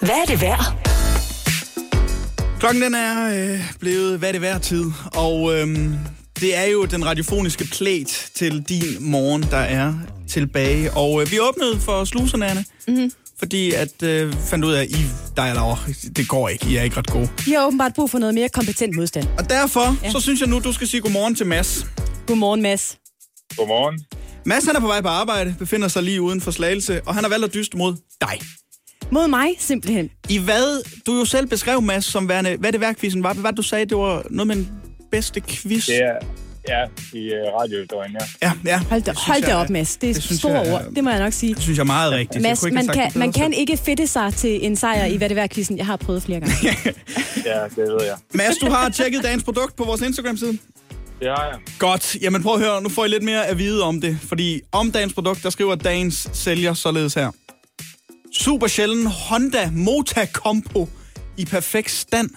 A: Hvad er det værd?
B: Klokken den er øh, blevet, hvad det hver tid, og øhm, det er jo den radiofoniske plæt til din morgen, der er tilbage. Og øh, vi åbnede for sluserne, Anne,
A: Mhm.
B: mm-hmm. fordi at øh, fandt ud af, at I, dig og Laura, det går ikke, I er ikke ret gode.
C: Vi har åbenbart brug for noget mere kompetent modstand.
B: Og derfor, ja. så synes jeg nu, du skal sige godmorgen til Mads.
C: Godmorgen, Mads.
H: Godmorgen.
B: Mads han er på vej på arbejde, befinder sig lige uden for slagelse, og han har valgt at dyste mod dig.
C: Mod mig, simpelthen.
B: I hvad, du jo selv beskrev, Mads, som værende, hvad det værkvisen var, hvad var det, du sagde, det var noget med en bedste quiz.
H: Det er ja, i uh, radiodøgn, ja.
B: Ja, ja.
C: Hold da,
B: Det synes
C: hold da
B: jeg
C: op,
B: er-
C: Mads. Det er
B: det
C: det
B: synes
C: store
B: jeg er-
C: ord, det må jeg nok sige.
B: Det synes jeg er meget rigtigt.
C: Mads,
B: jeg
C: man,
B: have sagt
C: kan,
B: det bedre
C: man kan
B: selv.
C: ikke fedte sig til en sejr i hvad det værd Jeg har prøvet flere gange.
H: Ja, det ved jeg.
B: Mads, du har tjekket dagens produkt på vores Instagram-side.
H: Det har jeg.
B: Godt. Jamen prøv at høre, nu får I lidt mere at vide om det. Fordi om dagens produkt, der skriver dagens sælger således her. Super sjælden Honda Mota Compo i perfekt stand.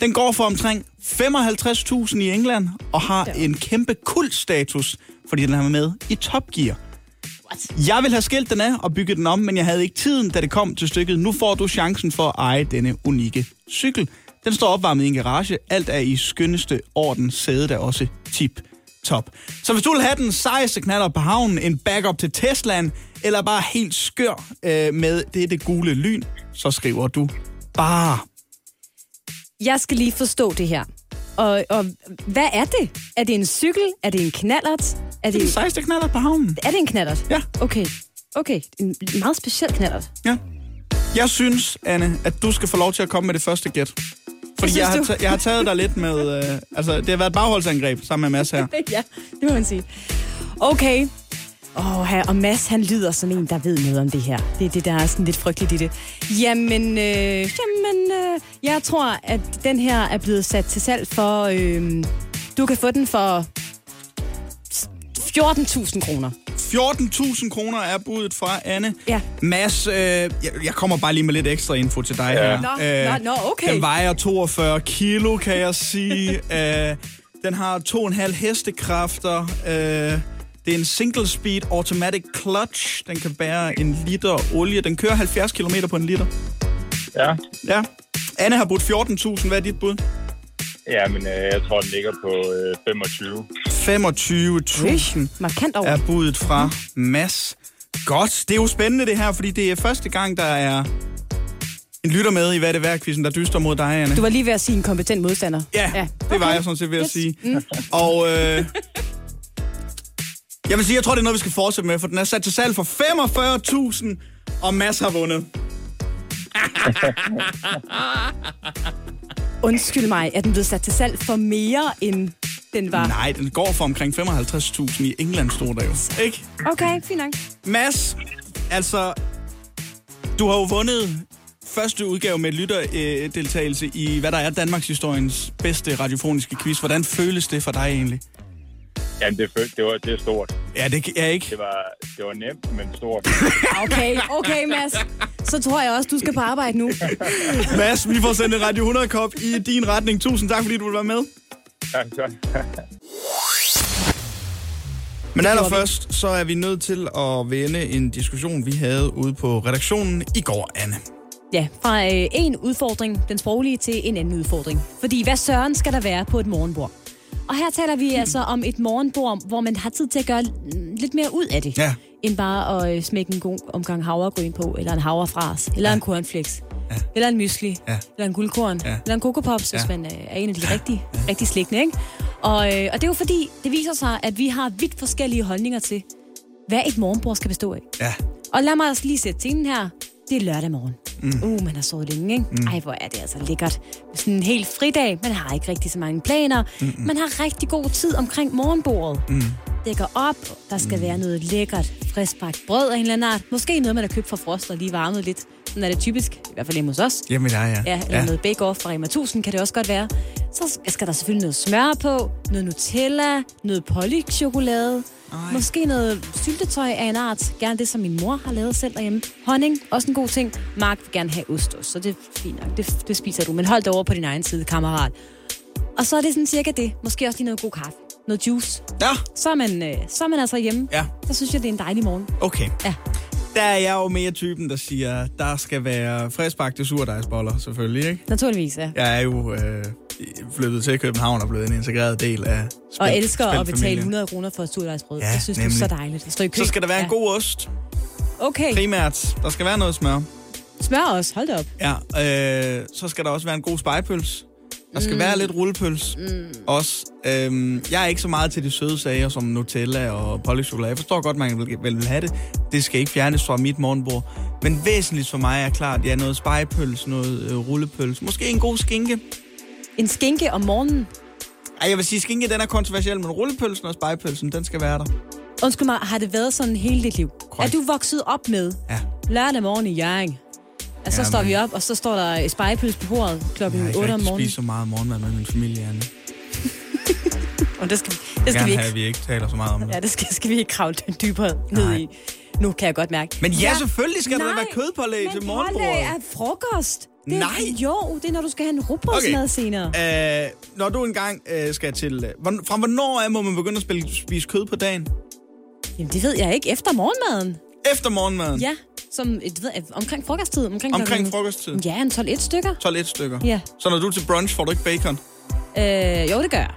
B: Den går for omkring 55.000 i England og har en kæmpe kultstatus, fordi den har med i Top Gear. Jeg ville have skilt den af og bygget den om, men jeg havde ikke tiden, da det kom til stykket. Nu får du chancen for at eje denne unikke cykel. Den står opvarmet i en garage. Alt er i skønneste orden. Sædet er også tip top. Så hvis du vil have den sejeste knaller på havnen, en backup til Teslaen, eller bare helt skør øh, med det, det gule lyn, så skriver du bare.
C: Jeg skal lige forstå det her. Og, og hvad er det? Er det en cykel? Er det en knallert? Er det,
B: Den sejeste knaller på havnen.
C: er det en knallert?
B: Ja.
C: Okay. Okay, en meget speciel knallert.
B: Ja. Jeg synes, Anne, at du skal få lov til at komme med det første gæt. Fordi
C: synes
B: jeg har,
C: du?
B: ta- jeg har taget dig lidt med... Øh, altså, det har været et bagholdsangreb sammen med Mads her.
C: ja, det må man sige. Okay. Åh, her- og Mads, han lyder som en, der ved noget om det her. Det er det, der er sådan lidt frygteligt i det. Jamen, øh, jamen øh, jeg tror, at den her er blevet sat til salg for... Øh, du kan få den for 14.000 kroner.
B: 14.000 kroner er budet fra Anne.
C: Ja.
B: Mads, øh, jeg, jeg kommer bare lige med lidt ekstra info til dig her. Øh,
C: Nå, nå, nå, okay.
B: Den vejer 42 kilo, kan jeg sige. øh, den har 2,5 hestekræfter. Øh, det er en single speed automatic clutch. Den kan bære en liter olie. Den kører 70 km på en liter.
H: Ja,
B: Ja. Anne har budt 14.000. Hvad er dit bud?
H: ja men uh, jeg tror, den ligger på uh, 25.
B: 25.000.
C: Markant over.
B: er budet fra Mads. Godt. Det er jo spændende det her, fordi det er første gang, der er en lytter med i Hvad er det værd der dyster mod dig, Anne.
C: Du var lige ved at sige en kompetent modstander.
B: Ja, ja, det var jeg sådan set ved at sige. Mm. Og øh, jeg vil sige, jeg tror, det er noget, vi skal fortsætte med, for den er sat til salg for 45.000, og Mads har vundet.
C: Undskyld mig, er den blevet sat til salg for mere, end den var?
B: Nej, den går for omkring 55.000 i England, stod der jo. Ikke?
C: Okay, fint nok.
B: Mads, altså, du har jo vundet første udgave med lytterdeltagelse i, hvad der er Danmarks historiens bedste radiofoniske quiz. Hvordan føles det for dig egentlig?
H: Jamen, det, føl- det, var, det er stort.
B: Ja, det kan jeg ikke.
H: Det var, det var nemt, men stort.
C: Okay, okay, Mads. Så tror jeg også, du skal på arbejde nu.
B: Mads, vi får sendt en Radio 100-kop i din retning. Tusind tak, fordi du vil være med.
H: Tak, tak.
B: Men allerførst, så er vi nødt til at vende en diskussion, vi havde ude på redaktionen i går, Anne.
C: Ja, fra øh, en udfordring, den sproglige, til en anden udfordring. Fordi hvad søren skal der være på et morgenbord? Og her taler
B: Hmm.
C: vi altså om et morgenbord, hvor man har tid til at gøre mm, lidt mere ud af det.
B: Ja.
C: End bare at øh, smække en god omgang havregryn på, eller en havrefras, eller en cornflakes, ja. eller en mysli,
B: Ja.
C: eller en guldkorn,
B: Ja.
C: eller en kokopops, hvis
B: Ja.
C: man øh, er en af de rigtige, ja. rigtige slægtende, ikke? Og, øh, og det er jo fordi, det viser sig, at vi har vidt forskellige holdninger til, hvad et morgenbord skal bestå af.
B: Ja.
C: Og lad mig også lige sætte scenen her. Det er lørdag morgen. Mm. Uh, man har sovet længe, ikke? Mm. Ej, hvor er det altså lækkert. Sådan en helt fridag. Man har ikke rigtig så mange planer. Mm-mm. Man har rigtig god tid omkring morgenbordet. Mm. Dækker op. Der skal mm. være noget lækkert, friskbagt brød af en eller anden art. Måske noget, man har købt fra frost og lige varmet lidt. Sådan er det typisk. I hvert fald hjemme hos os.
B: Jamen, ja, ja.
C: Ja, eller ja. noget bake-off fra Rema 1000 kan det også godt være. Så skal der selvfølgelig noget smør på, noget Nutella, noget Polly-chokolade, måske noget syltetøj af en art. Gerne det, som min mor har lavet selv derhjemme. Honning, også en god ting. Mark vil gerne have ost også, så det er fint nok. Det, det spiser du, men hold det over på din egen side, kammerat. Og så er det sådan cirka det. Måske også lige noget god kaffe. Noget juice.
B: Ja,
C: Så er man, øh, så er man altså hjemme.
B: Ja.
C: Så synes jeg, det er en dejlig morgen.
B: okay.
C: Ja.
B: Der er jeg jo mere typen, der siger, der skal være friskbagte surdejsboller, selvfølgelig, ikke?
C: Naturligvis, ja.
B: Jeg er jo øh, flyttet til København og blevet en integreret del af spil-
C: Og elsker at betale
B: spilfamilien.
C: 100 kroner for et surdejsbrød.
B: Ja,
C: Ja, det synes
B: nemlig.
C: du er så dejligt. At stå i kø.
B: Så skal der være
C: ja.
B: en god ost,
C: Okay,
B: primært. Der skal være noget smør.
C: smør også. Hold da op.
B: Ja, øh, så skal der også være en god spejpøls. Der skal mm. være lidt rullepøls mm. også. Øhm, jeg er ikke så meget til de søde sager som Nutella og polychokolade. Jeg forstår godt, man vil, vel vil have det. Det skal ikke fjernes fra mit morgenbord. Men væsentligt for mig er klart, ja, noget spejpøls, noget øh, rullepøls. Måske en god skinke.
C: En skinke om morgenen.
B: Ej, jeg vil sige, skinke den er kontroversiel, men rullepølsen og spejpølsen, den skal være der.
C: Undskyld mig, har det været sådan hele dit liv?
B: Korrekt.
C: Er du vokset op med
B: Ja.
C: lørdag morgen i Jørgen? Og så
B: Jamen.
C: Jamen. står vi op, og så står der spejepøls på bordet klokken
B: Jeg har ikke
C: 8 om
B: rigtig
C: morgenen.
B: spist så meget morgenmad med min familie, Anne.
C: Og det skal, vi- det skal
B: Gerne have,
C: vi ikke.
B: at vi ikke taler så meget om det.
C: Ja, det skal, skal vi ikke kravle dybere ned
B: Nej.
C: i. Nu kan jeg godt mærke.
B: Men ja, selvfølgelig skal der
C: nej,
B: være kødpålæg til morgenbordet.
C: Men pålæg er frokost. Det er,
B: Nej.
C: Jo, det er, når du skal have en rugbrødsmad okay. senere.
B: Øh, når du engang øh, skal til... Øh, hvorn- fra hvornår af må man begynde at spille, spise kød på dagen?
C: Jamen, det ved jeg ikke. Efter morgenmaden.
B: Efter morgenmaden?
C: Ja, som, det ved, jeg, omkring frokosttid. Omkring,
B: Omkring
C: klokken-
B: frokosttid?
C: Ja, en 12-1 stykker.
B: 12-1 stykker?
C: Ja.
B: Så når du er til brunch, får du ikke bacon?
C: Øh, jo, det gør jeg.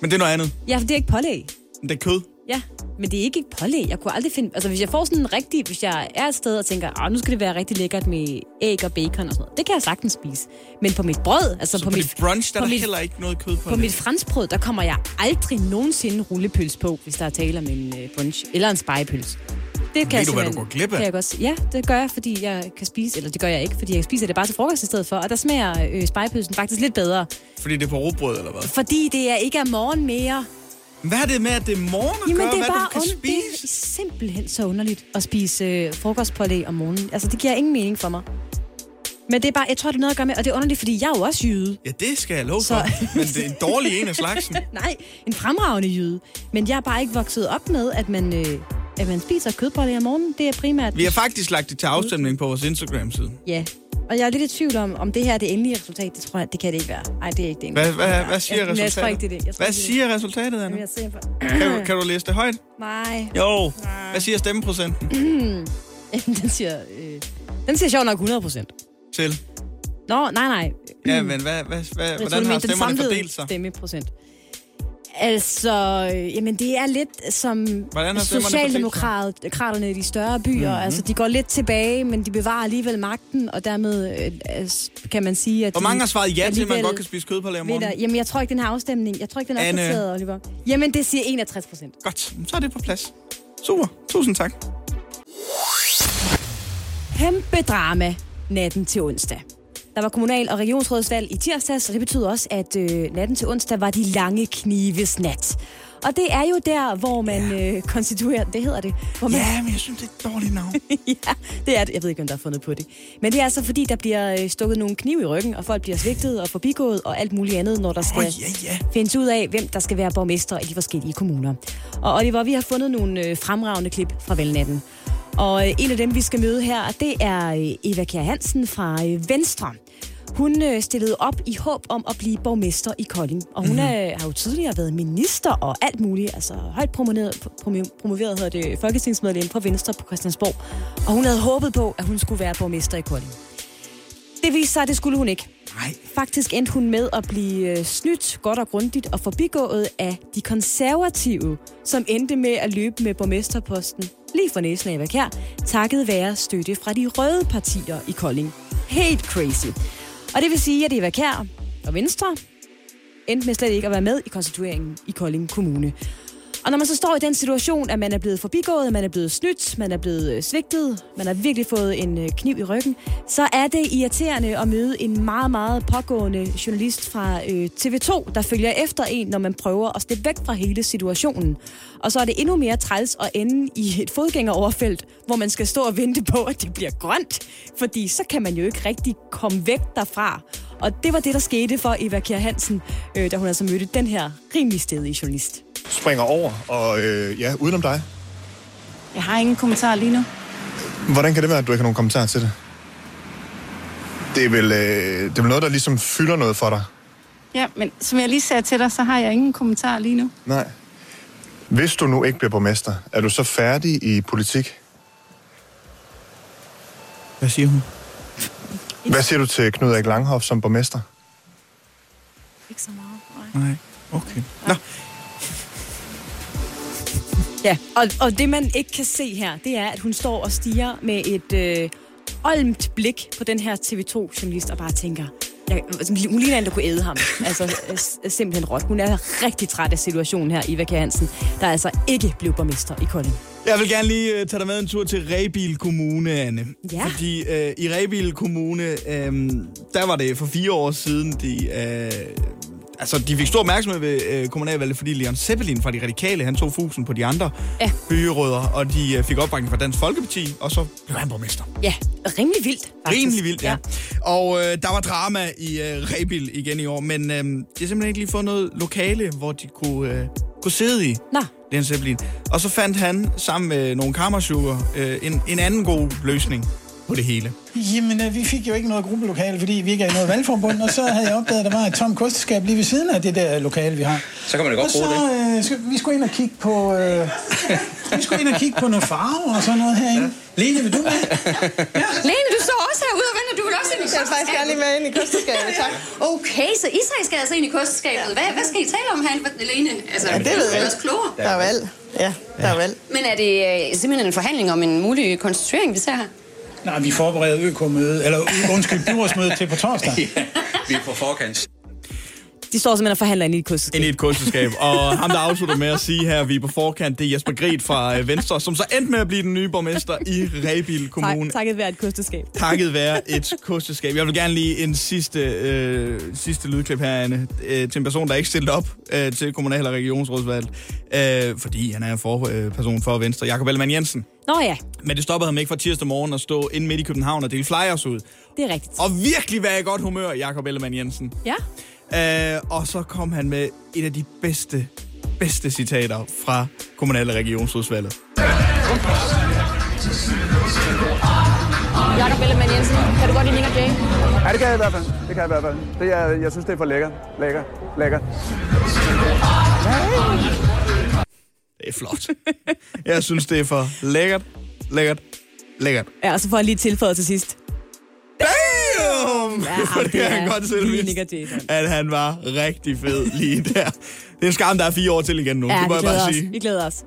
B: Men det er noget andet.
C: Ja, for det er ikke pålæg.
B: Men Det er kød.
C: Ja, men det er ikke et pålæg. Jeg kunne aldrig finde... Altså, hvis jeg får sådan en rigtig... Hvis jeg er et sted og tænker, "Åh, nu skal det være rigtig lækkert med æg og bacon og sådan noget. Det kan jeg sagtens spise. Men på mit brød, altså
B: Så
C: på,
B: på,
C: mit...
B: dit brunch, der er
C: på
B: der
C: mit,
B: heller ikke noget kød på,
C: På mit franskbrød, der kommer jeg aldrig nogensinde rullepøls på, hvis der er tale om en øh, brunch eller en spejepøls. Det
B: Ved
C: kan jeg
B: du, hvad du
C: simpelthen-
B: går glip af?
C: Kan jeg godt, se- ja, det gør jeg, fordi jeg kan spise, eller det gør jeg ikke, fordi jeg spiser det bare til frokost i stedet for, og der smager øh, spejepølsen faktisk lidt bedre,
B: Fordi det er på råbrød, eller hvad?
C: fordi det er ikke er morgen mere.
B: Hvad er det med, at det er morgen at
C: Jamen,
B: gøre,
C: det er
B: hvad
C: bare
B: du kan
C: und-
B: spise?
C: Det er simpelthen så underligt at spise øh, frokostpålæg om morgenen. Altså, det giver ingen mening for mig. Men det er bare, jeg tror, det er noget at gøre med, og det er underligt, fordi jeg er jo også jyde.
B: Ja, det skal jeg love
C: Så-
B: for. Men det er en dårlig en af slagsen.
C: Nej, en fremragende jyde. Men jeg er bare ikke vokset op med, at man, øh, at man spiser kødpålæg om morgenen. Det er primært...
B: Vi har faktisk lagt det til afstemning på vores Instagram-side.
C: Ja. Og jeg er lidt i tvivl om, om det her er det endelige resultat. Det tror jeg, det kan det ikke være. Nej, det er ikke det endelige.
B: Hvad, hvad, hvad siger
C: jeg, men Jeg tror ikke, det er
B: resultatet?
C: det. Jeg tror
B: Hvad
C: ikke, det er
B: siger resultatet,
C: det. Jamen,
B: Anna?
C: jeg ser for...
B: Kan du, kan du læse det højt?
C: Nej.
B: Jo. Hvad siger stemmeprocenten
C: Jamen, den siger... Øh, den siger sjovt nok 100 procent.
B: til?
C: Nå, nej, nej.
B: Ja, men hvad, hvad, hvad,
C: Jeg
B: hvordan
C: tror, du
B: har
C: mente den
B: stemmerne
C: samlede
B: fordelt sig?
C: stemmeprocent. Altså, øh, jamen det er lidt som
B: Hvordan har stemmerne Mhm.
C: Socialdemokraterne i de større byer. Mm-hmm. Altså, de går lidt tilbage, men de bevarer alligevel magten, og dermed øh, altså, kan man sige, at
B: Hvor mange har svaret ja til, at man
C: alligevel
B: godt kan spise kød på lager
C: de vinder.
B: morgen?
C: Jamen, jeg tror ikke, den her afstemning, jeg tror ikke, den er
B: Anne.
C: opdateret, Oliver. Jamen, det siger 61 procent.
B: Godt, så er det på plads. Super, tusind tak.
C: Kæmpe drama natten til onsdag. Der var kommunal- og regionsrådsvalg i tirsdags, og det betyder også, at øh, natten til onsdag var de lange knives nat. Og det er jo der, hvor man øh, konstituerer, det hedder det, hvor man
B: Ja, men jeg synes, det er et dårligt navn.
C: ja, det er det. Jeg ved ikke, om der er fundet på det. Men det er altså fordi, der bliver øh, stukket nogle kniv i ryggen, og folk bliver svigtet og forbigået og alt muligt andet, når der skal
B: ja, ja.
C: findes ud af, hvem der skal være borgmester i de forskellige kommuner. Og Oliver, vi har fundet nogle øh, fremragende klip fra valgnatten. Og øh, en af dem, vi skal møde her, det er øh, Eva Kjær Hansen fra øh, Venstre. Hun øh, stillede op i håb om at blive borgmester i Kolding. Og hun mm-hmm. er, har jo tidligere været minister og alt muligt. Altså højt promoveret, promo- promoveret hedder det, folketingsmedlem fra Venstre på Christiansborg. Og hun havde håbet på, at hun skulle være borgmester i Kolding. Det viste sig, at det skulle hun ikke.
B: Nej.
C: Faktisk endte hun med at blive øh, snydt godt og grundigt og forbigået af de konservative, som endte med at løbe med borgmesterposten lige for næsen af Eva Kjær, takket være støtte fra de røde partier i Kolding. Helt crazy. Og det vil sige, at Eva Kjær og Venstre endte med slet ikke at være med i konstitueringen i Kolding Kommune. Og når man så står i den situation, at man er blevet forbigået, man er blevet snydt, man er blevet øh, svigtet, man har virkelig fået en øh, kniv i ryggen, så er det irriterende at møde en meget, meget pågående journalist fra øh, TV2, der følger efter en, når man prøver at steppe væk fra hele situationen. Og så er det endnu mere træls at ende i et fodgængeroverfelt, hvor man skal stå og vente på, at det bliver grønt, fordi så kan man jo ikke rigtig komme væk derfra. Og det var det, der skete for Eva Kjær Hansen, øh, da hun altså mødte den her rimelig stedige journalist.
I: springer over, og øh, ja, udenom dig.
J: Jeg har ingen kommentar lige nu.
I: Hvordan kan det være, at du ikke har nogen kommentar til det? Det er vel, øh, det er vel noget, der ligesom fylder noget for dig?
J: Ja, men som jeg lige sagde til dig, så har jeg ingen kommentar lige nu.
I: Nej. Hvis du nu ikke bliver borgmester, er du så færdig i politik?
B: Hvad siger hun?
I: Hvad siger du til Knud Erik Langhoff som borgmester?
J: Ikke så meget. Nej.
B: Nej. Okay. Nå,
C: Ja, og, og det man ikke kan se her, det er, at hun står og stiger med et øh, olmt blik på den her TV2-journalist og bare tænker, jeg, hun ligner en, der kunne æde ham. Altså øh, s- simpelthen råt. Hun er rigtig træt af situationen her, Eva Kjær Hansen, der altså ikke blev borgmester i Kolding.
B: Jeg vil gerne lige øh, tage dig med en tur til Rebil Kommune, Anne.
C: Ja.
B: Fordi øh, i Rebil Kommune, øh, der var det for fire år siden, de, øh, altså, de fik stor opmærksomhed ved øh, kommunalvalget, fordi Leon Zeppelin fra De Radikale, han tog fusen på de andre
C: Ja.
B: byrødder, og de øh, fik opbakning fra Dansk Folkeparti, og så blev han borgmester.
C: Ja, rimelig vildt. Faktisk.
B: Rimelig vildt, ja. Og øh, der var drama i øh, Rebil igen i år, men øh, de har simpelthen ikke lige fået noget lokale, hvor de kunne, øh, kunne sidde i.
C: Nå,
B: Leon Zeppelin. Og så fandt han sammen med nogle kammersuger øh, en, en anden god løsning på det hele.
K: Jamen, øh, vi fik jo ikke noget gruppelokale, fordi vi ikke er i noget valgforbund, og så havde jeg opdaget, at der var et tomt kosteskab lige ved siden af det der øh, lokale, vi har.
L: Så kan man da
K: Og
L: godt bruge det.
K: så, øh, skal, vi skulle ind og kigge på, øh, vi skulle ind og kigge på nogle farver og sådan noget herinde. Lene, vil du med?
J: Lene, du står også herude og venter. Du vil også ind i
E: Jeg vil faktisk gerne lige med ind i kosteskabet, tak.
J: Okay, så Israel skal altså ind i kosteskabet. Hvad, hvad skal I tale om herinde, Lene? Altså, ja,
E: det ved jeg
J: også klogere.
E: Der er valg. Ja, der er valg.
J: Men er det øh, simpelthen en forhandling om en mulig konstituering, vi ser her?
K: Nej, vi forbereder økomøde, eller øh, undskyld, byrådsmøde til på torsdag.
L: Vi er på forkant.
C: de står simpelthen og forhandler ind i et
B: Ind i
C: kusteskab.
B: et kunstnerskab. og ham, der afslutter med at sige her, at vi er på forkant, det er Jesper Gret fra øh, Venstre, som så endte med at blive den nye borgmester i Rebil
C: Tak,
B: Kommune.
C: takket være et kusteskab.
B: Takket være et kosteskab. Jeg vil gerne lige en sidste, øh, sidste lydklip her, Anne, øh, til en person, der ikke stillede op øh, til kommunal- og regionsrådsvalget, øh, fordi han er en forperson for Venstre. Jakob Ellemann Jensen.
C: Nå ja,
B: Men det stoppede ham ikke fra tirsdag morgen at stå inde midt i København og dele flyers ud.
C: det er rigtigt.
B: Og virkelig være i godt humør, Jakob Ellemann Jensen.
C: Ja,
B: Øh, og så kom han med et af de bedste, bedste citater fra kommunale regionsrådsvalget.
D: Jakob Ellemann Jensen, kan du godt lide Nick Jay?
K: Ja, det kan jeg i hvert fald. Det kan jeg i hvert fald. Det er, jeg synes, det er for lækker. Lækker. Lækker.
B: Det er flot. Jeg synes, det er for lækkert, lækkert, lækkert.
C: ja og så får jeg lige tilføjet til sidst.
B: Damn!
C: Ja,
B: For det
C: det
B: kan
C: er
B: han godt selv
C: lige
B: vidst,
C: Nick og Jay.
B: at han var rigtig fed lige der. Det er en skam, der er fire år til igen nu.
C: Ja,
B: det må
C: vi
B: jeg bare
C: glæder os.
B: sige.
C: Vi glæder os.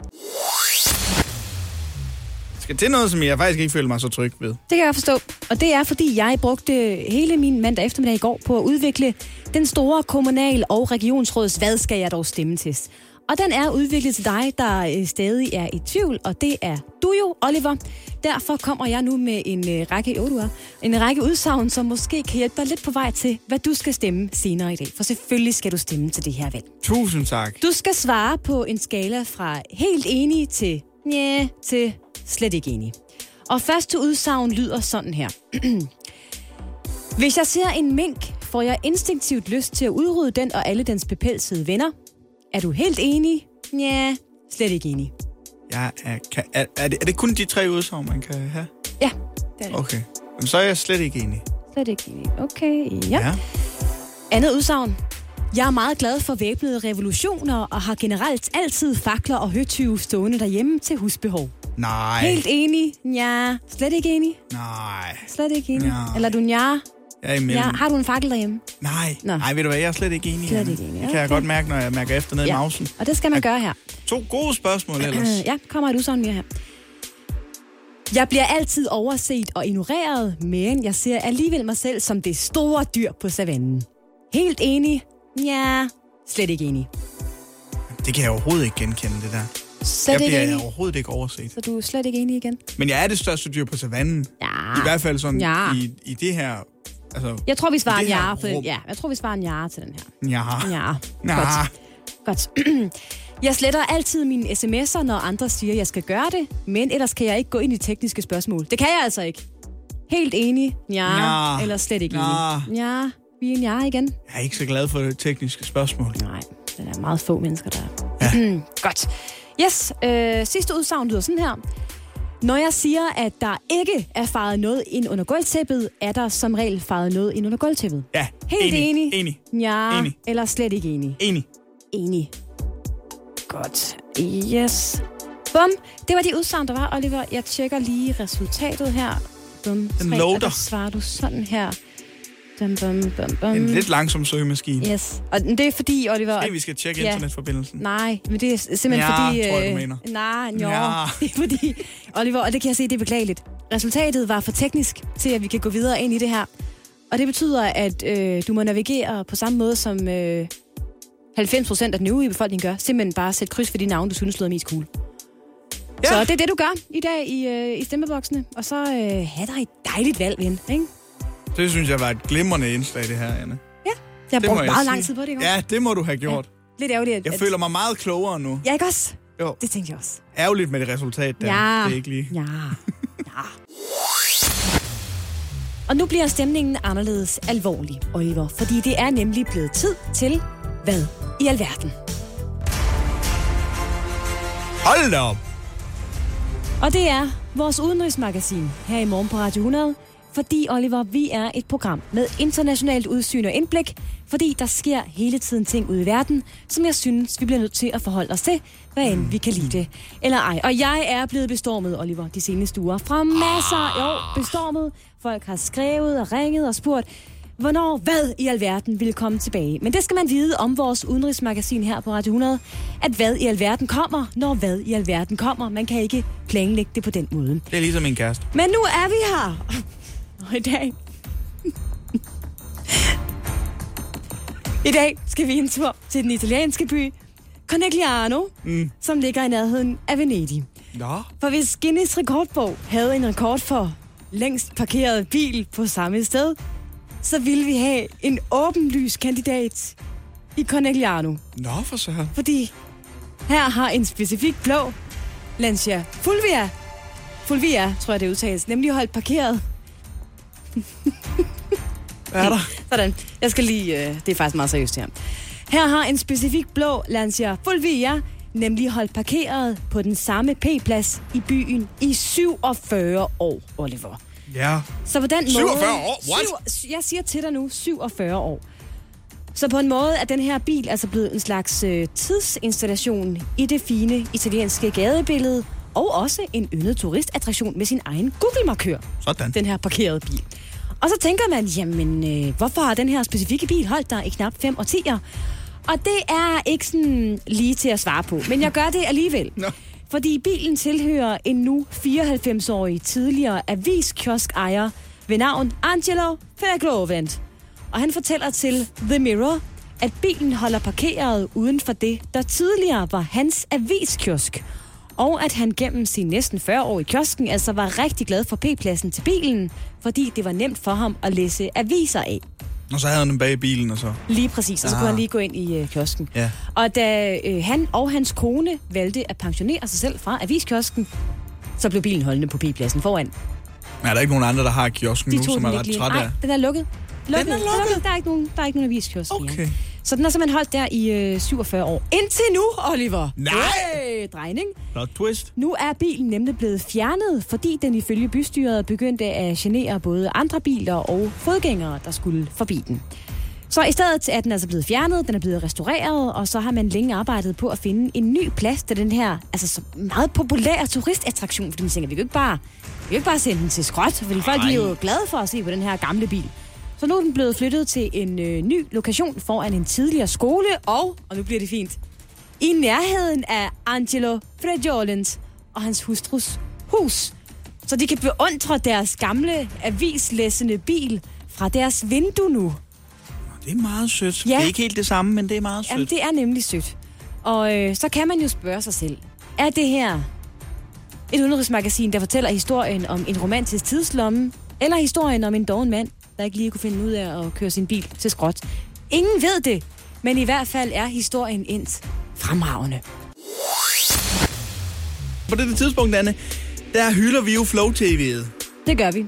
B: Skal til noget, som jeg faktisk ikke føler mig så tryg ved.
C: Det kan jeg forstå. Og det er, fordi jeg brugte hele min mandag eftermiddag i går på at udvikle den store kommunal- og regionsråds Hvad skal jeg dog stemme til? Og Og den er udviklet til dig, der øh, stadig er i tvivl, og det er du jo, Oliver. Derfor kommer jeg nu med en øh, række, jo, du er, en række udsagn, som måske kan hjælpe dig lidt på vej til, hvad du skal stemme senere i dag. For selvfølgelig skal du stemme til det her valg.
B: Tusind tak.
C: Du skal svare på en skala fra helt enig til næh, til slet ikke enig. Og første udsagn lyder sådan her. Hvis jeg ser en mink, får jeg instinktivt lyst til at udrydde den og alle dens bepelsede venner. Er du helt enig? Nja, slet ikke enig.
B: Jeg er, kan, er, er, det, er det kun de tre udsagn, man kan have?
C: Ja, det er det.
B: Okay. Jamen, så er jeg slet ikke enig.
C: Slet ikke enig. Okay, ja. ja. Andet udsagn. Jeg er meget glad for væbnede revolutioner og har generelt altid fakler og høtyve stående derhjemme til husbehov.
B: Nej.
C: Helt enig? Nja. Slet ikke enig?
B: Nej.
C: Slet ikke enig?
B: Nej.
C: Eller er du nja?
B: Jeg er imellem.
C: Ja, har du en fakkel derhjemme?
B: Nej. Nej, ved du hvad, jeg er slet ikke enig.
C: Slet
B: Anne.
C: ikke enig.
B: Det kan jeg
C: Okay.
B: godt mærke, når jeg mærker efter ned i
C: Ja.
B: mausen.
C: Og det skal man gøre her.
B: To gode spørgsmål ellers.
C: Øh, ja, kommer et udsagn mere her. Jeg bliver altid overset og ignoreret, men jeg ser alligevel mig selv som det store dyr på savannen. Helt enig? Ja, slet ikke enig.
B: Det kan jeg overhovedet ikke genkende, det der.
C: Slet
B: jeg
C: ikke
B: bliver
C: enig.
B: overhovedet ikke overset.
C: Så du er slet ikke enig igen?
B: Men jeg er det største dyr på savannen.
C: Ja.
B: I hvert fald sådan
C: Ja.
B: ja. i, i det her... Altså,
C: Jeg tror, vi
B: i
C: svarer en
B: det her
C: ja, på den.
B: rum.
C: Ja, jeg tror, vi svarer en ja til den her.
B: Ja.
C: Ja.
B: Ja.
C: Godt. Godt. Jeg sletter altid mine sms'er, når andre siger, at jeg skal gøre det, men ellers kan jeg ikke gå ind i tekniske spørgsmål. Det kan jeg altså ikke. Helt enig, ja,
B: Nja.
C: eller slet ikke
B: Nja.
C: enig. Ja, vi er en ja igen.
B: Jeg er ikke så glad for det tekniske spørgsmål.
C: Nej, det er meget få mennesker, der Ja. Godt. Yes, øh, sidste udsagn lyder sådan her. Når jeg siger, at der ikke er faret noget ind under gulvtæppet, er der som regel faret noget ind under gulvtæppet.
B: Ja,
C: Helt
B: enig.
C: enig.
B: Enig.
C: Ja,
B: Enig.
C: eller slet ikke enig.
B: Enig.
C: Enig. Godt. Yes. Bum. Det var de udsagn, der var, Oliver. Jeg tjekker lige resultatet her. Bum. Tre, og
B: loader.
C: der svarer du sådan her. Bum, bum, bum, bum.
B: En lidt langsom søgemaskine.
C: Yes. Og det er fordi, Oliver...
B: Måske vi skal tjekke
C: Ja.
B: internetforbindelsen.
C: Nej, men det er simpelthen
B: Ja,
C: fordi...
B: tror jeg, du
C: øh,
B: mener.
C: Nej, jo.
B: Ja.
C: Det er fordi, Oliver, og det kan jeg se, det er beklageligt. Resultatet var for teknisk til, at vi kan gå videre ind i det her. Og det betyder, at øh, du må navigere på samme måde, som øh, 90 procent af den øvrige befolkning gør. Simpelthen bare sæt kryds for de navne, du synes lyder mest cool. Ja. Så det er det, du gør i dag i, øh, i stemmeboksene. Og så øh, have dig et dejligt valg, ven. Ikke?
B: Det synes jeg var et glimrende indslag, det her, Anne.
C: Jeg
B: Det
C: har
B: må
C: brugt meget lang
B: sige.
C: tid på det, ikke?
B: Ja, det må du have gjort.
C: Lidt ærgerligt, at...
B: Jeg
C: at-
B: føler mig meget klogere nu.
C: Ja, ikke også?
B: Jo.
C: Det tænkte jeg også.
B: Ærgerligt med det resultat, der.
C: Ja.
B: Det er ikke lige.
C: Ja. Og nu bliver stemningen anderledes alvorlig, Oliver, fordi det er nemlig blevet tid til hvad i alverden.
B: Hold da op.
C: Og det er vores udenrigsmagasin her i morgen på Radio 100, fordi Oliver, vi er et program med internationalt udsyn og indblik, fordi der sker hele tiden ting ude i verden, som jeg synes, vi bliver nødt til at forholde os til, hvad end vi kan lide det eller ej. Og jeg er blevet bestormet, Oliver, de seneste uger fra masser, jo, bestormet. Folk har skrevet og ringet og spurgt, hvornår hvad i alverden ville komme tilbage. Men det skal man vide om vores udenrigsmagasin her på Radio 100, at hvad i alverden kommer, når hvad i alverden kommer. Man kan ikke planlægge det på den måde.
B: Det er ligesom min kæreste.
C: Men nu er vi her. Og i dag... I dag skal vi en tur til den italienske by Conegliano,
B: Mm.
C: som ligger i nærheden af Venedig.
B: Nå.
C: For hvis Guinness rekordbog havde en rekord for længst parkeret bil på samme sted, så ville vi have en åbenlys kandidat i Conegliano.
B: Nå, for søren.
C: Fordi her har en specifik blå Lancia Fulvia, Fulvia tror jeg det udtales, nemlig holdt parkeret.
B: Hvad er der?
C: Sådan, jeg skal lige, øh, det er faktisk meget seriøst her. Her har en specifik blå Lancia Fulvia nemlig holdt parkeret på den samme P-plads i byen i 47 år, Oliver.
B: Ja.
C: Så på den måde...
B: 47 år? What?
C: Syv, jeg siger til dig nu, 47 år. Så på en måde er den her bil altså blevet en slags øh, tidsinstallation i det fine italienske gadebillede, og også en yndet turistattraktion med sin egen Google-markør.
B: Sådan.
C: Den her parkerede bil. Og så tænker man, jamen, øh, hvorfor har den her specifikke bil holdt der i knap 5 årtier? Og det er ikke sådan lige til at svare på, men jeg gør det alligevel. No. Fordi bilen tilhører en nu 94-årig tidligere aviskioskejer ved navn Angelo Ferglowent. Og han fortæller til The Mirror, at bilen holder parkeret uden for det, der tidligere var hans aviskiosk. Og at han gennem sine næsten 40 år i kiosken altså var rigtig glad for P-pladsen til bilen, fordi det var nemt for ham at læse aviser af.
B: Og så havde han den bag i bilen, og så...
C: Lige præcis, og så
B: Ah.
C: kunne han lige gå ind i øh, kiosken.
B: Ja.
C: Og da øh, han og hans kone valgte at pensionere sig selv fra aviskiosken, så blev bilen holdende på P-pladsen foran.
B: Men er der ikke nogen andre, der har kiosken
C: De
B: nu,
C: tog
B: som
C: den
B: er
C: ikke
B: ret
C: lige.
B: træt
C: Nej,
B: af?
C: den er lukket. lukket. Den er lukket. Der er ikke nogen, der er ikke nogen aviskiosk okay. Så den har simpelthen holdt der i øh, 47 år. Indtil nu, Oliver.
B: Nej!
C: Øh, drejning.
B: Plot twist.
C: Nu er bilen nemlig blevet fjernet, fordi den ifølge bystyret begyndte at genere både andre biler og fodgængere, der skulle forbi den. Så i stedet er den altså blevet fjernet, den er blevet restaureret, og så har man længe arbejdet på at finde en ny plads til den her altså, så meget populære turistattraktion, fordi man tænker, vi kan jo ikke bare, vi kan jo ikke bare sende den til skrot, fordi folk de er jo glade for at se på den her gamle bil. Så nu er den blevet flyttet til en øh, ny lokation foran en tidligere skole, og, og nu bliver det fint, i nærheden af Angelo Fredjolens og hans hustrus hus. Så de kan beundre deres gamle avislæsende bil fra deres vindue nu.
B: Det er meget sødt. Det er ikke helt det samme, men det er meget sødt.
C: Jamen, det er nemlig sødt. Og øh, så kan man jo spørge sig selv, er det her et udenrigsmagasin, der fortæller historien om en romantisk tidslomme, eller historien om en doven mand, der ikke lige kunne finde ud af at køre sin bil til skråt? Ingen ved det, men i hvert fald er historien ens fremragende.
B: På det tidspunkt, Anne, der hylder vi jo Flow TV'et.
C: Det gør vi.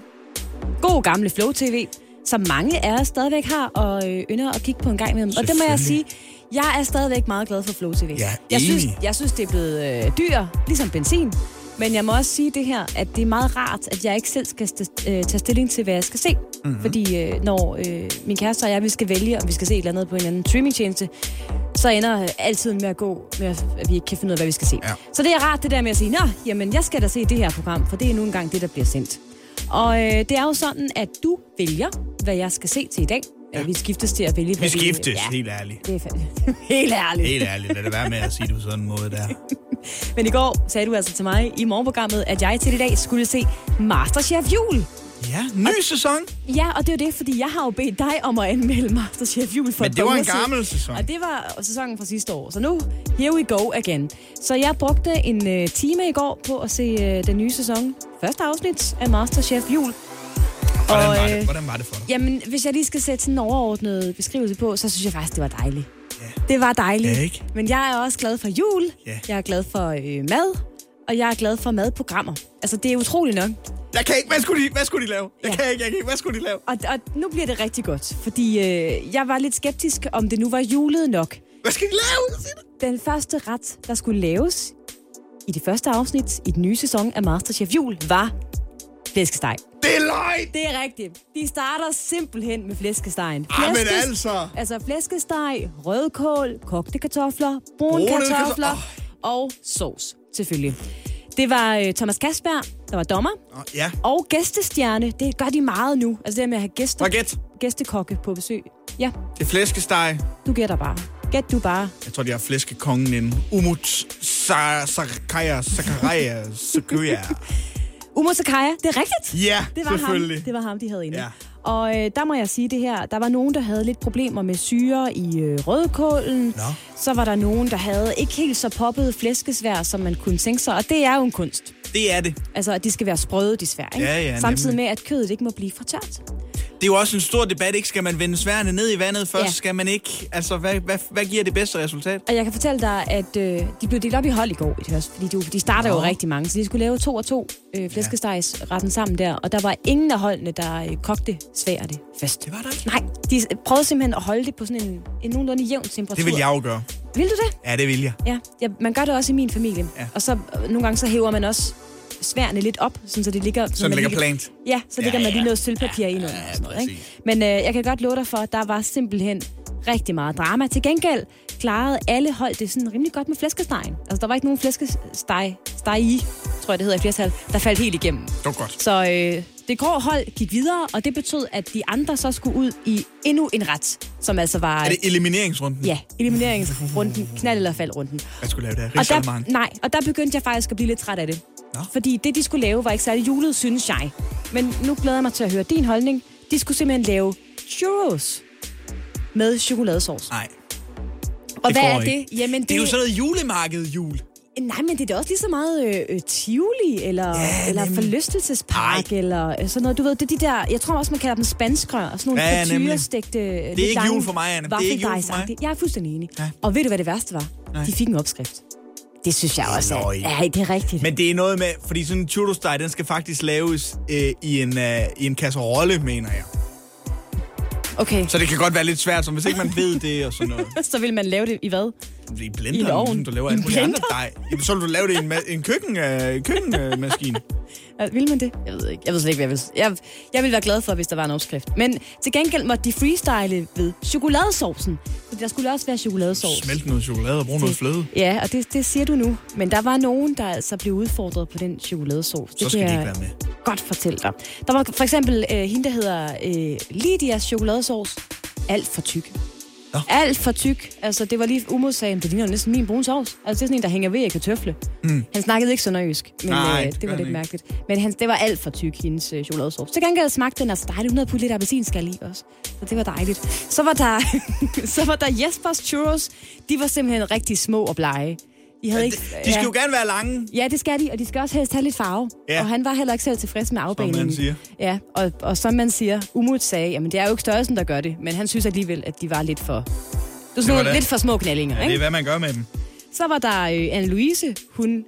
C: God gamle Flow TV, som mange af os stadigvæk har og øh, ynder at kigge på en gang imellem. Og det må jeg sige,
B: Selvfølgelig.
C: jeg er stadigvæk meget glad for Flow TV.
B: Ja,
C: jeg,
B: enig.
C: synes, jeg synes, det er blevet øh, dyr, ligesom benzin. Men jeg må også sige det her, at det er meget rart, at jeg ikke selv skal st- øh, tage stilling til, hvad jeg skal se.
M: Mhm.
C: Mm-hmm. Fordi øh, når øh, min kæreste og jeg, vi skal vælge, om vi skal se et eller andet på en anden streamingtjeneste, så ender øh, altid med at gå med, at at vi ikke kan finde ud af, hvad vi skal se. Ja. Så det er rart det der med at sige, nå, jamen jeg skal da se det her program, for det er nu engang det, der bliver sendt. Og øh, det er jo sådan, at du vælger, hvad jeg skal se til i dag. Ja. Vi skiftes til at vælge, hvad
B: Vi skiftes,
C: Ja,
B: helt ærligt.
C: det er fa- helt ærligt.
B: Helt ærligt, lad det være med at sige det på sådan en måde der.
C: Men i går sagde du altså til mig i morgenprogrammet, at jeg til i dag skulle se Masterchef Jul.
B: Ja, ny sæson.
C: Ja, og det er jo det, fordi jeg har jo bedt dig om at anmelde Masterchef Jul for
B: Men
C: et
B: det
C: par
B: var en
C: uger siden.
B: gammel sæson.
C: Og det var sæsonen fra sidste år. Så nu, here we go again. Så jeg brugte en øh, time i går på at se øh, den nye sæson. Første afsnit af Masterchef Jul.
B: Hvordan var
C: øh,
B: det, Hvordan var det for dig?
C: Jamen, hvis jeg lige skal sætte sådan en overordnet beskrivelse på, så synes jeg faktisk, det var dejligt. Yeah. Det var dejligt.
B: Ja, ikke?
C: Men jeg er også glad for jul.
B: Ja.
C: Jeg er glad for øh, mad. Og jeg er glad for madprogrammer. Altså, det er utroligt nok.
B: Jeg kan ikke, hvad skulle de, hvad skulle de lave? Jeg kan ikke, jeg kan ikke, hvad skulle de lave?
C: Og, og nu bliver det rigtig godt, fordi øh, jeg var lidt skeptisk, om det nu var julet nok.
B: Hvad skal de lave?
C: Den første ret, der skulle laves i det første afsnit i den nye sæson af Masterchef Jul, var flæskesteg.
B: Det er løgn!
C: Det er rigtigt. De starter simpelthen med flæskestegen.
B: Ah, men altså!
C: Altså flæskesteg, rødkål, kogte kartofler, brune
M: Brune
C: kartofler
B: Ah.
C: og sovs, selvfølgelig. Det var øh, Thomas Kasberg, der var dommer.
B: Ja.
C: Og gæstestjerne, det gør de meget nu. Altså det her med at have gæster,
B: Baguette.
C: gæstekokke på besøg. Ja,
B: Det er flæskesteg.
C: du gætter bare. Gæt du bare.
B: Jeg tror, de har flæskekongen inden. Umut Sa- Sakaya Sakaraya Sakuya.
C: Umo Sakaya, det er rigtigt.
B: Ja,
C: det var
B: selvfølgelig.
C: Ham, det var ham, de havde inde.
B: Ja.
C: Og øh, der må jeg sige det her, der var nogen, der havde lidt problemer med syre i øh, rødkålen.
B: Nå.
C: Så var der nogen, der havde ikke helt så poppet flæskesvær, som man kunne tænke sig. Og det er jo en kunst.
B: Det er det.
C: Altså, at de skal være sprøde, de svær, ikke?
B: Ja, ja,
C: Samtidig
B: nemlig.
C: med, at kødet ikke må blive for tørt.
B: Det er jo også en stor debat, ikke? Skal man vende sværene ned i vandet først?
C: Ja.
B: Ja. Skal man ikke? Altså, hvad, hvad, hvad giver det bedste resultat?
C: Og jeg kan fortælle dig, at øh, de blev delt op i hold i går, ikke også? fordi de, de starter jo
B: Nå.
C: rigtig mange, så de skulle lave to og to øh, flæskestegsretten sammen der, og der var ingen af holdene, der øh, kogte sværte fast. Det
B: var der ikke?
C: Nej, de s- prøvede simpelthen at holde det på sådan en, en nogenlunde jævn temperatur.
B: Det vil jeg jo gøre.
C: Vil du det?
B: Ja, det vil jeg.
C: Ja, ja man gør det også i min familie. Ja. Og så øh, nogle gange så hæver man også sværene lidt op, sådan, så det ligger...
B: Sådan
C: man
B: ligger
C: lige-
B: plant.
C: Ja, så
B: Ja,
C: ligger man
B: ja.
C: lige noget sølvpapir ja, i noget. Ja, sådan noget ikke? Men øh, jeg kan godt love dig for, at der var simpelthen rigtig meget drama. Til gengæld klarede alle hold det sådan rimelig godt med flæskestegen. Altså, der var ikke nogen flæskesteg, steg i, tror jeg, det hedder i flertal, der faldt helt igennem.
B: Det var godt.
C: Så øh, det grå hold gik videre, og det betød, at de andre så skulle ud i endnu en ret, som altså var...
B: Er det elimineringsrunden?
C: Ja, elimineringsrunden, knald eller fald runden.
B: Jeg skulle lave det her.
C: Og
B: Risalemang.
C: der, nej, og der begyndte jeg faktisk at blive lidt træt af det. Nå. Fordi det, de skulle lave, var ikke særlig julet, synes jeg. Men nu glæder jeg mig til at høre din holdning. De skulle simpelthen lave churros med chokoladesauce.
B: Nej.
C: Og hvad
B: går
C: er det?
B: ikke.
C: Jamen,
B: det... det er jo
C: det-
B: sådan noget julemarked jul.
C: Nej, men det er da også lige så meget øh, øh, Tivoli, eller, ja, eller forlystelsespark, Ej. eller øh, sådan noget. Du ved, det er de der, jeg tror også, man kalder dem spanskrør, og sådan nogle øh,
B: Ja,
C: ja,
B: nemlig.
C: frityrestegte...
B: Det er ikke jul for mig, Anna. Det er ikke jul for mig.
C: Jeg er fuldstændig enig. Ja. Og ved du, hvad det værste var?
B: Nej.
C: De fik en opskrift. Det synes jeg også er...
B: Løgn.
C: Ja, det er rigtigt.
B: Men det er noget med, fordi sådan en churrosdej, den skal faktisk laves øh, i, en, øh, i en kasserolle, mener jeg.
C: Okay.
B: Så det kan godt være lidt svært, som hvis ikke man ved det og sådan noget.
C: så vil man lave det i hvad?
B: I
C: I en
B: blender,
C: ovn.
B: ligesom du laver
C: I
B: alle mulige andre
C: blender?
B: dej. Jamen, så vil du lave det i en, ma- en køkken, øh, køkkenmaskine.
C: Altså, Vil man det? Jeg ved ikke. Jeg ved slet ikke, hvad jeg vil. Jeg, jeg ville være glad for, hvis der var en opskrift. Men til gengæld måtte de freestyle ved chokoladesaucen. Så der skulle også være chokoladesauce.
B: Smelt noget chokolade og brug noget fløde.
C: Ja, og det, det siger du nu. Men der var nogen, der altså blev udfordret på den chokoladesauce.
B: Så skal
C: kan
B: de
C: jeg
B: ikke være med.
C: godt fortælle dig. Der var for eksempel øh, hende, der hedder øh, Lidias chokoladesauce. Alt for tyk.
B: Nå.
C: Alt for tyk. Altså, det var lige umodsagende. Det ligner jo næsten min brune sovs. Altså, det er sådan en, der hænger ved, jeg kan tøfle.
B: Mm.
C: Han snakkede ikke sønderjysk, men
B: Nej,
C: Nej,
B: det
C: øh, det
B: gør
C: var
B: han
C: lidt
B: ikke.
C: mærkeligt. Men hans, det var alt for tyk, hendes øh, chokoladesauce. Til gengæld smagte den altså dejligt. Hun havde puttet lidt appelsinskal i også. Så det var dejligt. Så var der, så var der Jespers churros. De var simpelthen rigtig små og blege. De, havde ikke,
B: De skal jo gerne være lange.
C: Ja, det skal de, og de skal også helst have lidt farve.
B: Ja.
C: Ja. Og han var heller ikke selv tilfreds med afbaningen.
B: man siger.
C: Ja, og, og som man siger, Umut sagde, jamen det er jo ikke størrelsen, der gør det, men han synes alligevel, at de var lidt for... Det var
B: Det var
C: sådan
B: det.
C: nogle lidt for små knallinger,
B: Ja,
C: ikke?
B: det er, hvad man gør med dem.
C: Så var der øh, Anne-Louise, hun...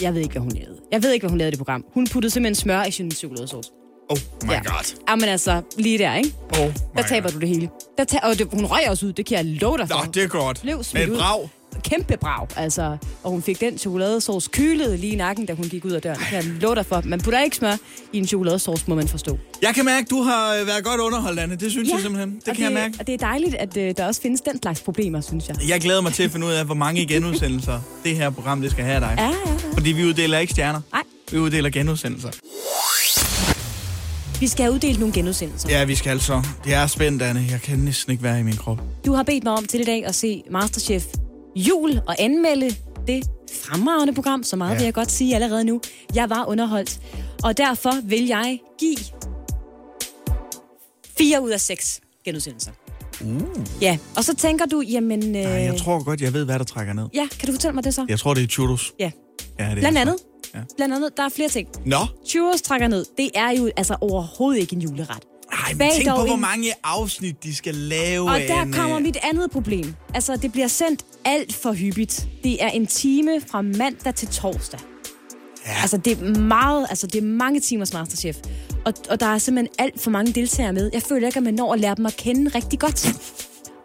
C: Jeg ved ikke, hvad hun lavede. Jeg ved ikke, hvad hun lavede i det program. Hun puttede simpelthen smør i sin chokoladesauce.
B: Oh my god.
C: Jamen altså, lige der, ikke?
B: Oh
C: Der taber du det hele. Der ta- og det, hun røg også ud, det kan jeg love dig for.
B: Nå, det er godt.
C: Blev
B: Med
C: smidt
B: et
C: ud.
B: brag.
C: Kæmpe brag, altså. Og hun fik den chokoladesauce kølet lige i nakken, da hun gik ud af døren. Det kan jeg love dig for. Man putter ikke smør i en chokoladesauce, må man forstå.
B: Jeg kan mærke, du har øh, været godt underholdt, Anne. Det synes ja, jeg simpelthen. Det kan
C: og
B: det... jeg mærke.
C: Og det er dejligt, at øh, der også findes den slags problemer, synes jeg.
B: Jeg glæder mig til at finde ud af, hvor mange genudsendelser det her program det skal have af dig.
C: Ja, ja,
B: Fordi vi uddeler ikke stjerner.
C: Nej.
B: Vi uddeler genudsendelser.
C: Vi skal have uddelt nogle genudsendelser.
B: Ja, vi skal altså. Det er spændt, Anne. Jeg kan næsten ikke være i min krop.
C: Du har bedt mig om til i dag at se Masterchef Jul og anmelde det fremragende program, så meget
B: Ja.
C: ja. vil jeg godt sige allerede nu. Jeg var underholdt, og derfor vil jeg give 4 ud af 6 genudsendelser.
B: Uh.
C: Ja, og så tænker du, jamen... Øh, Nej,
B: Ej, jeg tror godt, jeg ved, hvad der trækker ned.
C: Ja, kan du fortælle mig det så?
B: Jeg tror, det er churros.
C: Ja.
B: Ja, det er.
C: Blandt andet,
B: Ja.
C: ja. blandt andet, der er flere ting.
B: Nå,
C: Churros trækker ned, det er jo altså overhovedet ikke en juleret.
B: Ej, men
C: Bag
B: tænk på,
C: dog
B: hvor
C: en-
B: mange afsnit de skal lave. øh,
C: Og der
B: Anne.
C: kommer mit andet problem. Altså, det bliver sendt alt for hyppigt. Det er en time fra mandag til torsdag. Ja. Altså, det er meget, altså, det er mange timers Masterchef. Og, og der er simpelthen alt for mange deltagere med. Jeg føler ikke, at man når at lære dem at kende rigtig godt.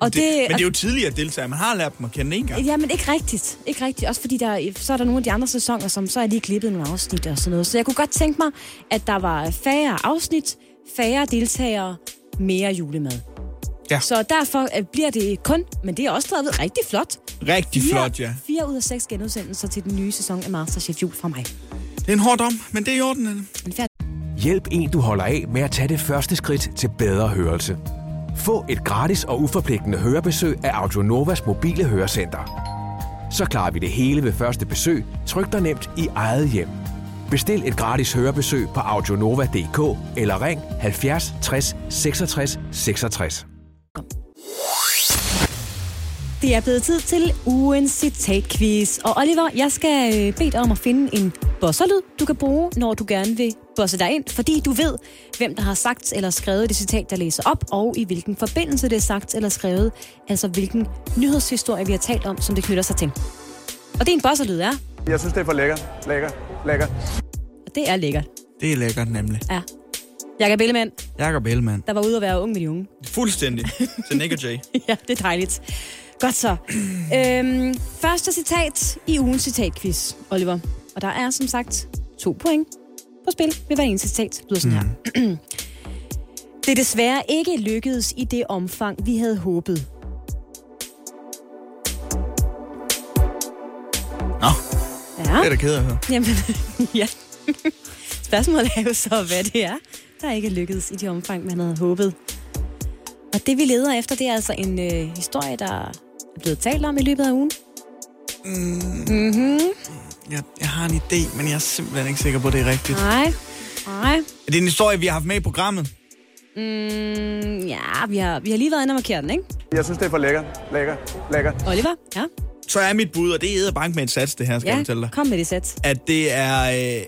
C: Og
B: det, men det er jo tidligere deltagere. Man har lært dem at kende en gang.
C: Ja, men ikke rigtigt. Ikke rigtigt. Også fordi der, så er der nogle af de andre sæsoner, som så er lige klippet nogle afsnit og sådan noget. Så jeg kunne godt tænke mig, at der var færre afsnit, færre deltagere, mere julemad.
B: Ja.
C: Så derfor øh, bliver det kun, men det er også stadigvæk rigtig flot.
B: Rigtig flot, ja.
C: 4 ud af 6 genudsendelser til den nye sæson af Masterchef Jul fra mig.
B: Det er en hård dom, men det er i orden, Anne.
C: Men fair
G: Hjælp en, du holder af med at tage det første skridt til bedre hørelse. Få et gratis og uforpligtende hørebesøg af Audionovas mobile hørecenter. Så klarer vi det hele ved første besøg, tryk dig nemt i eget hjem. Bestil et gratis hørebesøg på audionova.dk eller ring 70 60 66 66.
C: Det er blevet tid til ugens citatquiz. Og Oliver, jeg skal øh, bede dig om at finde en bosserlyd, du kan bruge, når du gerne vil bosse dig ind, fordi du ved, hvem der har sagt eller skrevet det citat, der læser op, og i hvilken forbindelse det er sagt eller skrevet, altså hvilken nyhedshistorie, vi har talt om, som det knytter sig til. Og det er en bosserlyd, er,
M: Jeg synes, det er for lækker. Lækker. Lækker.
C: og det er lækkert.
B: Det er lækkert, nemlig.
C: Ja. Jakob Ellemann,
B: Jakob Ellemann.
C: der var ude at være ung med de unge.
B: Fuldstændig. Til Nick og Jay.
C: ja, det er dejligt. Godt så. øhm, første citat i ugens citatquiz, Oliver. Og der er som sagt to point på spil ved hver eneste citat. Det lyder sådan mm. her. det er desværre ikke lykkedes i det omfang, vi havde håbet.
B: Nå,
C: Ja.
B: det er da ked af at høre.
C: Jamen, ja. Spørgsmålet er jo så, hvad det er, der ikke er lykkedes i de omfang, man havde håbet. Og det, vi leder efter, det er altså en øh, historie, der er blevet talt om i løbet af ugen. Mm-hmm.
B: Jeg, jeg har en idé, men jeg er simpelthen ikke sikker på, at det er rigtigt.
C: Nej, nej.
B: Det er en historie, vi har haft med i programmet.
C: Mm, ja, vi har, vi har lige været inde og markere den, ikke?
M: Jeg synes, det er for lækkert. Lækker, lækker.
C: Oliver? Ja?
B: Så er mit bud, og det er bank med et sats, det her, skal jeg fortælle
C: ja,
B: dig.
C: kom med det sats.
B: At det er... Øh,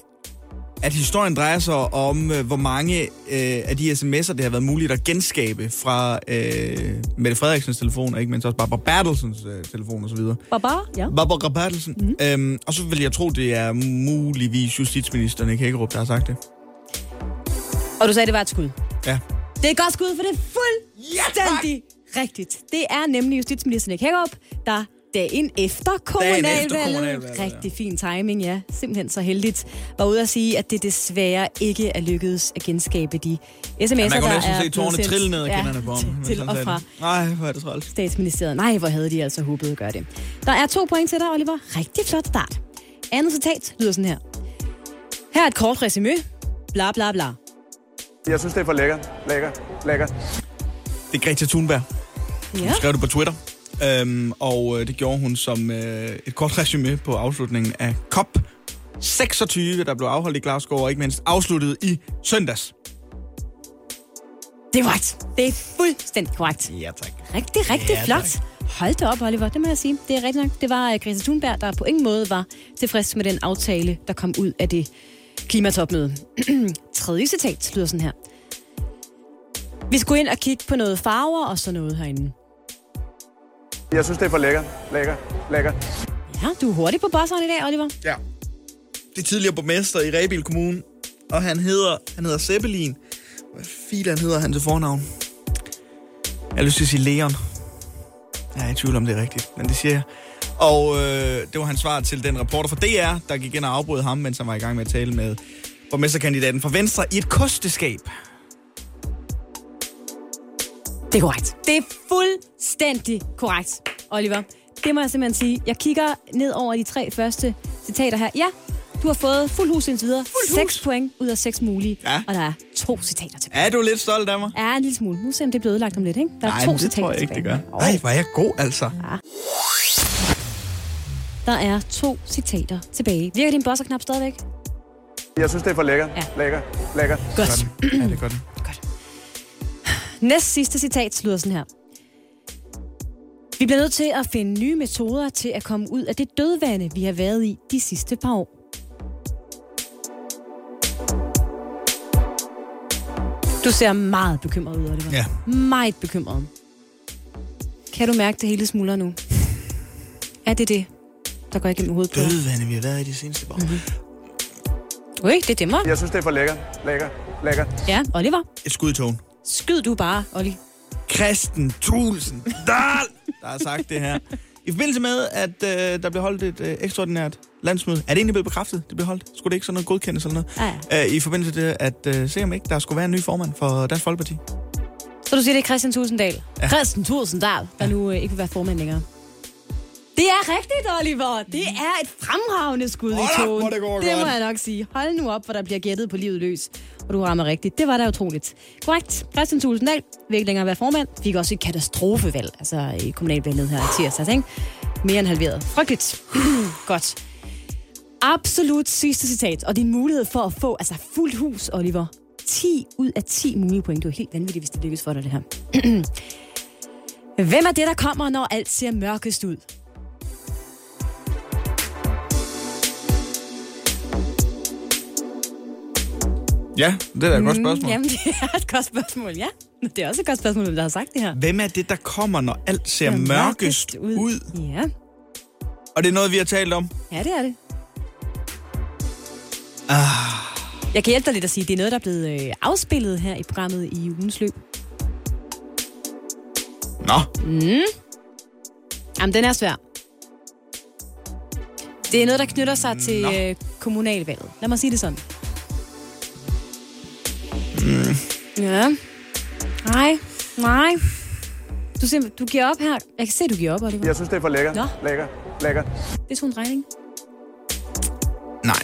B: at historien drejer sig om, øh, hvor mange øh, af de sms'er, det har været muligt at genskabe fra øh, Mette Frederiksens telefon, og ikke mindst også Barbara Bertelsens øh, telefon osv.
C: Baba? Ja.
B: Barbara Bertelsen.
C: Mhm.
B: Mm-hmm. Øhm, og så vil jeg tro, det er muligvis justitsministeren, ikke Hækkerup, der har sagt det.
C: Og du sagde, det var et skud.
B: Ja.
C: Det er et godt skud, for det er fuldstændig ja, rigtigt. Det er nemlig justitsminister Nick Hækkerup, der dagen efter kommunalvalget.
B: kommunalvalget, ja.
C: Rigtig fin timing, ja. Simpelthen så heldigt. Var ude at sige, at det desværre ikke er lykkedes at genskabe de sms'er,
B: Ja, man
C: der
B: kunne næsten
C: er
B: se
C: blevet
B: tårerne
C: sendt.
B: trille ned ad
C: Ja,
B: kinderne på ham. mens
C: til
B: han
C: og
B: sagde
C: fra.
B: det. Nej, hvor er det træls.
C: Statsministeriet. Nej, hvor havde de altså håbet at gøre det. Der er to point til dig, Oliver. Rigtig flot start. Andet citat lyder sådan her. Her er et kort resume. Bla bla bla.
M: Jeg synes, det er for lækkert. Lækker, lækker.
B: Det er Greta Thunberg. Hun
C: Ja.
B: skrev det på Twitter. Øhm, og øh, det gjorde hun som øh, et kort resume på afslutningen af COP 26, der blev afholdt i Glasgow, og ikke mindst afsluttet i søndags.
C: Det er korrekt. Det er fuldstændig korrekt.
B: Ja, tak.
C: Rigtig, rigtig
B: Ja,
C: ja,
B: tak.
C: flot. Hold da op, Oliver. Det må jeg sige. Det er rigtigt nok. Det var øh, Greta Thunberg, der på ingen måde var tilfreds med den aftale, der kom ud af det klimatopmøde. Tredje citat lyder sådan her. Vi skulle ind og kigge på noget farver og sådan noget herinde.
M: Jeg synes, det er for lækkert. Lækker, lækker.
C: Ja, du er hurtig på bosseren i dag, Oliver.
B: Ja. Det er tidligere borgmester i Rebild Kommune, og han hedder, han hedder Zeppelin. Hvad filan hedder han til fornavn? Jeg har lyst til at sige Leon. Jeg er i tvivl om, det er rigtigt, men det siger jeg. Og øh, det var hans svar til den reporter fra DR, der gik ind og afbrød ham, mens han var i gang med at tale med borgmesterkandidaten fra Venstre i et kosteskab.
C: Det er korrekt. Det er fuldstændig korrekt, Oliver. Det må jeg simpelthen sige. Jeg kigger ned over de tre første citater her. Ja, du har fået fuld hus indtil videre. Fuld 6 point ud af 6 mulige.
B: Ja.
C: Og der er to citater tilbage.
B: Er du lidt stolt af mig?
C: Ja, en lille smule. Nu ser om det bliver ødelagt om lidt, ikke? Der er
B: Nej,
C: to
B: men det
C: citater
B: tror jeg ikke, det
C: tilbage.
B: gør. Nej, hvor er jeg god, altså.
C: Der er to citater tilbage. Virker din bosserknap stadigvæk?
M: Jeg synes, det er for lækkert. Lækker, lækker.
C: Godt.
B: Ja, det er godt.
C: Næst sidste citat lyder sådan her. Vi bliver nødt til at finde nye metoder til at komme ud af det dødvande, vi har været i de sidste par år. Du ser meget bekymret ud, Oliver.
B: Ja.
C: Meget bekymret. Kan du mærke, det hele smuldrer nu? Er det det, der går igennem hovedet på dig?
B: Dødvande, vi har været i de seneste år.
C: Mhm.
B: Mm-hmm.
C: Okay, det dæmmer.
M: Jeg synes, det er for lækkert. Lækker, lækker.
C: Ja, Oliver.
B: Et skud i togen.
C: Skyd du bare, Olli.
B: Kristen Thulsen Dahl, der har sagt det her. I forbindelse med, at øh, der blev holdt et øh, ekstraordinært landsmøde. Er det egentlig blevet bekræftet, det blev holdt? Skulle det ikke sådan noget godkendes eller noget? Ja. Øh, I forbindelse til, at øh, se om ikke der skulle være en ny formand for Dansk Folkeparti.
C: Så du siger, det er Christian Tusinddal? Ja. Christian Tusinddal, der nu øh, ikke vil være formand længere. Det er rigtigt, Oliver. Det er et fremragende skud
B: Mm. Hold
C: i
B: op,
C: togen.
B: hvor det går
C: det
B: godt.
C: må jeg nok sige. Hold nu op, hvor der bliver gættet på livet løs. Og du rammer rigtigt. Det var da utroligt. Korrekt. Christian Tulsendal vil ikke længere være formand. Fik også et katastrofevalg, altså i kommunalvalget her i tirsdags. Ikke? Mere end halveret. Frygteligt. godt. Absolut sidste citat, og din mulighed for at få altså fuldt hus, Oliver. 10 ud af 10 mulige point. Det er jo helt vanvittigt, hvis det lykkes for dig, det her. Hvem er det, der kommer, når alt ser mørkest ud?
B: Ja, det er da et godt spørgsmål.
C: Mm, Jamen, det er et godt spørgsmål, ja. Men Det er også et godt spørgsmål, hvem der har sagt det her.
B: Hvem er det, der kommer, når alt ser
C: Ser
B: mørkest
C: mørkest
B: ud? ud?
C: Ja,
B: Og det er noget, vi har talt om.
C: ja det er det.
B: Ah,
C: Jeg kan hjælpe dig lidt at sige, at det er noget, der er blevet øh, afspillet her i programmet i ugens løb.
B: nå.
C: Mm. Jamen, den er svær. Det er noget, der knytter sig
M: Mm,
C: til
B: Nå.
C: øh, kommunalvalget. Lad mig sige det sådan.
B: Mm.
C: Ja. Nej, nej. Du, simp- du giver op her. Jeg kan se, du giver op, Oliver.
M: Jeg synes, det er for lækkert.
C: Nå.
M: Lækker, lækker.
C: Det er sgu en regning.
B: Nej.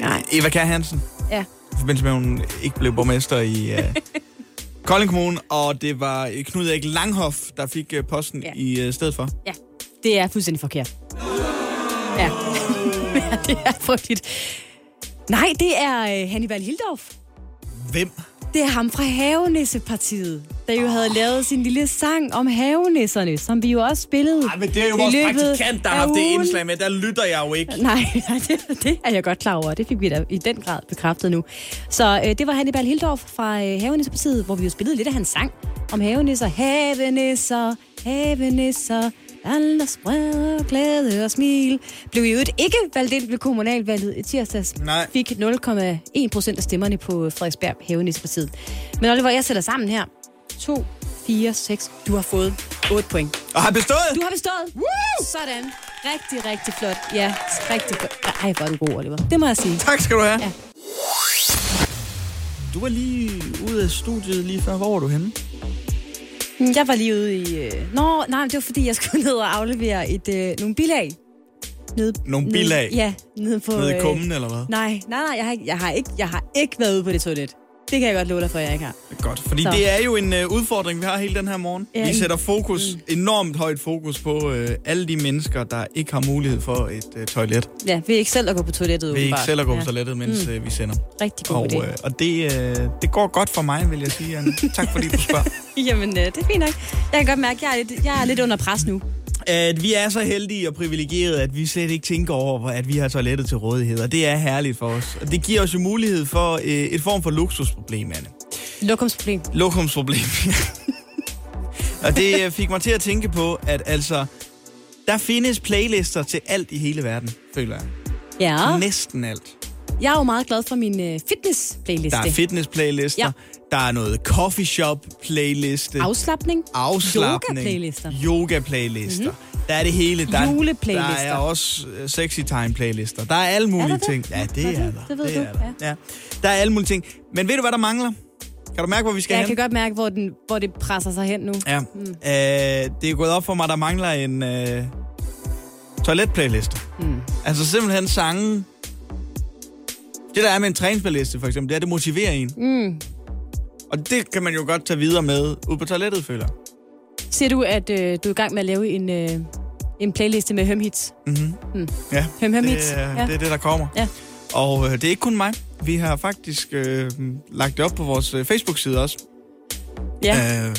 B: Nej. Eva Kjær Hansen.
C: Ja.
B: I forbindelse med, at hun ikke blev borgmester i uh, Kolding Kommune, og det var øh, Knud Erik Langhoff, der fik uh, posten ja. i uh, stedet for.
C: Ja, det er fuldstændig forkert. Ja. Ja, det er frygteligt. Nej, det er øh, Hannibal Hildorf.
B: Hvem
C: Det er ham fra Havenissepartiet, der jo havde lavet sin lille sang om havenisserne, som vi jo også spillede
N: Ej, men det er jo vores praktikant, der har haft det indslag med. Der lytter jeg jo ikke.
C: Nej, nej, det, det er jeg godt klar over. Det fik vi da i den grad bekræftet nu. Så øh, det var Hannibal Hildorf fra øh, Havenissepartiet, hvor vi jo spillede lidt af hans sang om havenisser. Havenisser, havenisser, alle spreder glæde og smil. Blev i øvrigt ikke valgt ind ved kommunalvalget i tirsdags.
B: Nej.
C: Fik 0,1 procent af stemmerne på Frederiksberg Havenissepartiet. Men Oliver, jeg sætter sammen her. 2, 4, 6. Du har fået 8 point.
B: Og har bestået?
C: Du har bestået. Woo! Sådan. Rigtig, rigtig flot. Ja, rigtig flot. Ej, hvor er du god, Oliver. Det må jeg sige.
B: Tak skal du have.
C: Ja.
B: Du var lige ude af studiet lige før. Hvor var du henne?
C: Mm, Jeg var lige ude i... øh, Nå, nej, men det var fordi, jeg skulle ned og aflevere et, øh, nogle bilag. Nede,
B: Nogle bilag?
C: Nede, ja, nede på...
B: Nede i
C: øh,
B: kummen, eller hvad?
C: Nej, nej, nej, jeg har, ikke- jeg, har ikke, jeg har ikke været ude på det toilet. Det kan jeg godt love dig for, at jeg ikke har.
B: Godt, Fordi
C: Så.
B: så. det er jo en øh, udfordring, vi har hele den her morgen.
C: Ja,
B: Ja, vi
C: en-
B: sætter fokus, enormt højt fokus på øh, alle de mennesker, der ikke har mulighed for et øh, toilet.
C: Ja, vi er ikke selv at gå på toilettet,
B: Vi er ikke
C: åbenbart.
B: selv at gå på
C: Ja.
B: toilettet, mens
C: Mm.
B: mm. vi sender.
C: Rigtig god
B: Og,
C: idé.
B: øh, og det, øh, det går godt for mig, vil jeg sige, Anne. Tak fordi du spørger.
C: Jamen, øh, det er fint nok. Jeg kan godt mærke, at jeg er lidt, jeg er lidt under pres nu.
B: At vi er så heldige og privilegerede, at vi slet ikke tænker over, hvor- at vi har toilettet til rådighed, og det er herligt for os. Og det giver os jo mulighed for øh, et form for luksusproblem, Anne.
C: Lokumsproblem.
B: Lokumsproblem. og det øh, fik mig til at tænke på, at altså, der findes playlister til alt i hele verden, føler jeg.
C: Ja.
B: Næsten alt.
C: Jeg er jo meget glad for min øh, fitness-playliste.
B: Der er fitness-playlister,
C: Ja.
B: ja. der er noget coffee shop playliste
C: Afslapning.
B: afslappning,
C: Yoga-playlister. Mhm.
B: yoga-playlister. Der er det hele. Der, er-
C: Juleplaylister.
B: Der er også øh, sexy time-playlister. Der er alle mulige ting. Ja, det er der.
C: Det ved du,
B: er der. Ja. Der er alle mulige ting. Men ved du, hvad der mangler? Kan du mærke, hvor vi skal
C: Jeg
B: hen?
C: kan godt mærke, hvor, den, hvor det presser sig hen nu.
B: Ja. Mm. Øh, det er gået op for mig, der mangler en øh, toiletplayliste.
C: Mm.
B: Altså simpelthen sange. Det, der er med en træningsplayliste, for eksempel, det er, at det motiverer en.
C: Mm.
B: Og det kan man jo godt tage videre med ud på toilettet, føler jeg.
C: Ser du, at øh, du er i gang med at lave en, øh, en playliste med hømhits?
B: Mhm.
C: Mm.
B: Ja,
C: Høm, høm,
B: det,
C: hits.
B: er,
C: Ja.
B: det er det, der kommer.
C: Ja.
B: Og øh, det er ikke kun mig. Vi har faktisk øh, lagt det op på vores øh, Facebook-side også.
C: Ja.
B: Øh,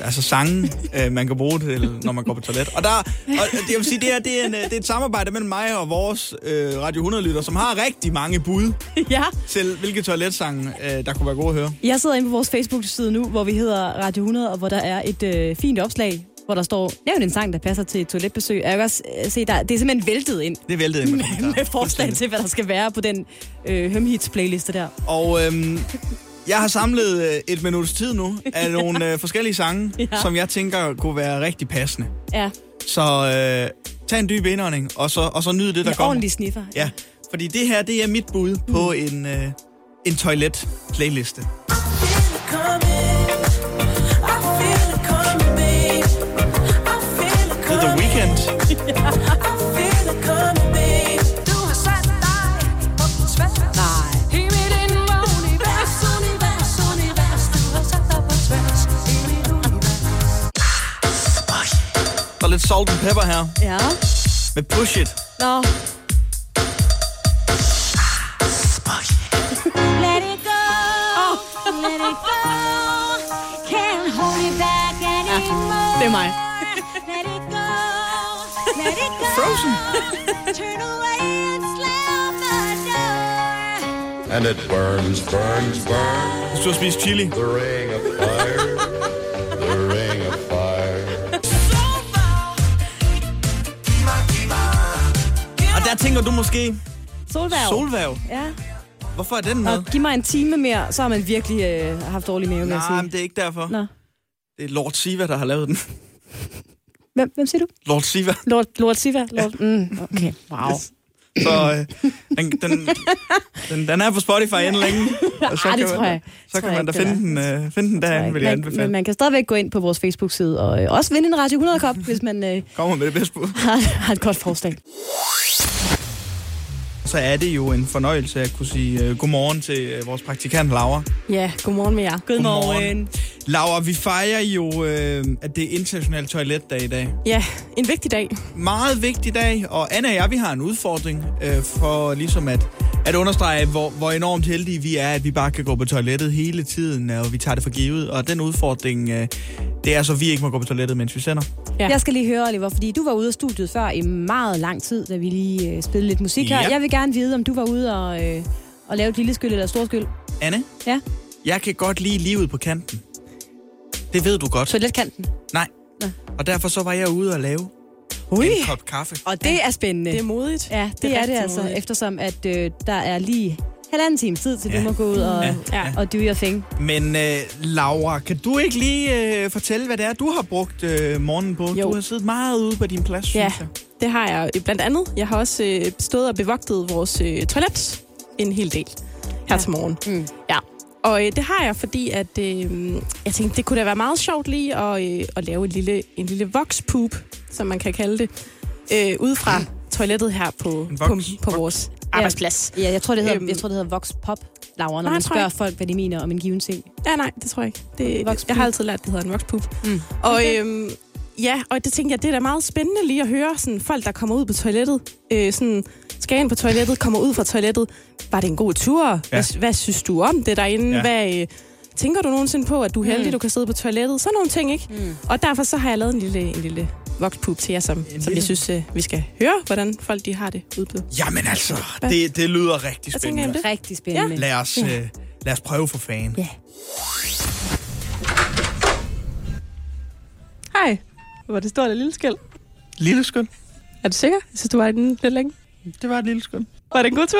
B: altså sange, øh, man kan bruge til, når man går på toilet. Og, der, og det, jeg vil sige, det, her, det, er en, øh, det er et samarbejde mellem mig og vores øh, Radio 100-lytter, som har rigtig mange bud
C: ja.
B: til, hvilke toiletsange, øh, der kunne være gode at høre.
C: Jeg sidder inde på vores Facebook-side nu, hvor vi hedder Radio 100, og hvor der er et øh, fint opslag, hvor der står, nævn en sang, der passer til et toiletbesøg. Jeg kan også øh, se, der, det er simpelthen væltet ind
B: Det væltede ind med
C: med, med forslag til, hvad der skal være på den øh, hømhits-playliste der.
B: Og øhm, jeg har samlet øh, et minuts tid nu af nogle øh, forskellige sange,
C: Ja.
B: ja. som jeg tænker kunne være rigtig passende.
C: Ja,
B: Så øh, tag en dyb indånding, og så, og så nyd det, der
C: med
B: kommer.
C: ordentlige sniffer.
B: Ja, fordi det her, det er mit bud mm. på en, øh, en toilet-playliste. Det er The Weeknd. Der er lidt salt and pepper her,
C: Ja.
B: med Push It.
C: Nå.
O: Let it go. Let it go. Can't hold it back anymore.
C: Det er mig.
O: Let it go. Let it go.
B: Frozen.
O: Turn away and slam the door.
P: And it burns, burns, burns.
B: Hvis du har spist chili.
P: The ring of fire. the ring of fire.
B: Og der tænker du måske,
C: Solværv.
B: Solværv.
C: Ja.
B: hvorfor er den med?
C: Og giv mig en time mere, så har man virkelig øh, haft dårlig mave, vil jeg
B: Nej,
C: sige.
B: men det er ikke derfor.
C: Nå.
B: Det er Lord Siva, der har lavet den.
C: Hvem, hvem siger du?
B: Lord Siva.
C: Lord, Lord Siva? Lord, mm, okay, wow.
B: Yes. Så øh, den, den, den, den er på Spotify inden længe. Og så
C: Ah, det
B: kan
C: tror
B: man,
C: jeg.
B: Så
C: Tror
B: kan
C: jeg
B: man da
C: ikke, det
B: finde den, øh, finde den derinde, vil jeg
C: man, men
B: anbefale.
C: man kan stadigvæk gå ind på vores Facebook-side og øh, også vinde en Radio 100-kop, hvis man øh,
B: Kommer med det bedste bud.
C: har, har et godt forslag.
B: Så er det jo en fornøjelse at kunne sige øh, godmorgen til øh, vores praktikant Laura.
E: Ja, godmorgen med jer.
B: Godmorgen. Laura, vi fejrer jo, øh, at det er international toiletdag i dag.
E: Ja, en vigtig dag.
B: Meget vigtig dag, og Anna og jeg, vi har en udfordring, øh, for ligesom at, At understrege, hvor, hvor enormt heldige vi er, at vi bare kan gå på toilettet hele tiden, og vi tager det for givet. Og den udfordring, øh, det er så, at vi ikke må gå på toilettet, mens vi sender.
C: Ja. Jeg skal lige høre, Oliver, fordi du var ude af studiet før i meget lang tid, da vi lige øh, spillede lidt musik her.
B: Ja.
C: Jeg vil gerne vide, om du var ude og, øh, og lave et lille skyld eller et stort skyld.
B: Anne,
C: Ja,
B: jeg kan godt lide livet på kanten. Det ved du godt.
C: toiletkanten.
B: Nej.
C: Nå.
B: Og derfor så var jeg ude og lave
C: Ui.
B: en kop kaffe.
C: Og det er spændende.
D: Det er modigt.
C: Ja, det,
D: Det
C: det
D: er
C: er det
D: rigtig
C: altså,
D: modigt.
C: eftersom at øh, der er lige halvanden times tid, til ja.
B: Ja.
C: du må gå ud og,
B: Ja,
C: ja. Ja. og do your thing.
B: Men øh, Laura, kan du ikke lige øh, fortælle, hvad det er, du har brugt øh, morgenen på?
D: Jo.
B: Du har siddet meget ude på din plads,
D: Ja,
B: synes jeg.
D: det har jeg øh, blandt andet. Jeg har også øh, stået og bevogtet vores øh, toilet en hel del her ja. til morgen.
C: Mm.
D: Ja. Og øh, det har jeg, fordi at, øh, jeg tænkte, det kunne da være meget sjovt lige at, øh, at lave en lille, en lille vokspoop, som man kan kalde det, øh, ud fra toilettet her på,
C: En voks-
D: på, på vores arbejdsplads.
C: Ja, jeg tror, det hedder,
D: Øhm.
C: jeg tror, det hedder Vox Pop, Laura, når
D: Nej,
C: man
D: tror jeg
C: spørger
D: ikke.
C: folk, hvad de mener om en given ting.
D: Ja, nej, det tror jeg ikke. Det,
C: Vokspoop.
D: jeg har altid lært, det hedder en vokspoop.
C: Mm.
D: Og øhm, ja, og det tænker jeg, det er da meget spændende lige at høre sådan, folk, der kommer ud på toilettet. Øh, sådan, skal ind på toilettet, kommer ud fra toilettet. Var det en god tur? Ja. Hvad, hvad synes du om det derinde?
Q: Ja.
D: Ja. Hvad, øh, tænker du nogensinde på, at du er heldig,
Q: Mm.
D: du kan sidde på toilettet? Sådan nogle ting, ikke? Mm. Og derfor så har jeg lavet en lille, en lille vokspoop til jer, som, som
B: lille-
D: jeg synes, øh, vi skal høre, hvordan folk de har det ude på.
B: Jamen altså, det, det lyder rigtig
D: Hvad tænker I om
B: spændende.
D: det?
C: Rigtig spændende.
B: Lad os,
D: Ja.
B: øh, lad os prøve for fanden.
D: Ja. Hej. Var det stort og lille skæld?
B: Lille skøn.
D: Er du sikker? Jeg synes, du var i den lidt længe.
B: Det var et lille skøn.
D: Var det en god tur?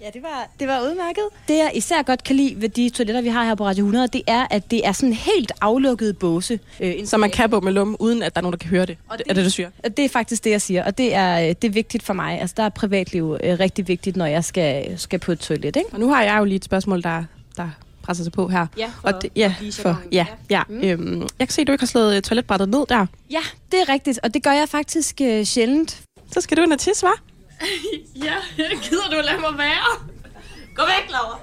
C: Ja, det var, det var udmærket. Det, jeg især godt kan lide ved de toiletter, vi har her på Radio 100, det er, at det er sådan en helt aflukket båse. Øh,
D: Så man kan bumme lum, uden at der er nogen, der kan høre det. Og det er det, du siger?
C: Og det er faktisk det, jeg siger, og det er, øh, det er vigtigt for mig. Altså, der er privatliv øh, rigtig vigtigt, når jeg skal, skal på et toilet, ikke?
D: Og nu har jeg jo lige et spørgsmål, der, der presser sig på her.
C: Ja, for
D: og det, ja,
C: at vise, at
D: for,
C: der er en-
D: ja, ja. Mm. Øhm, jeg kan se, at du ikke har slået øh, toiletbrættet ned der.
C: Ja, det er rigtigt, og det gør jeg faktisk øh, sjældent.
D: Så skal du ind og tisse, hva'?
Q: Ja, gider du lade mig være? Gå væk, Laura.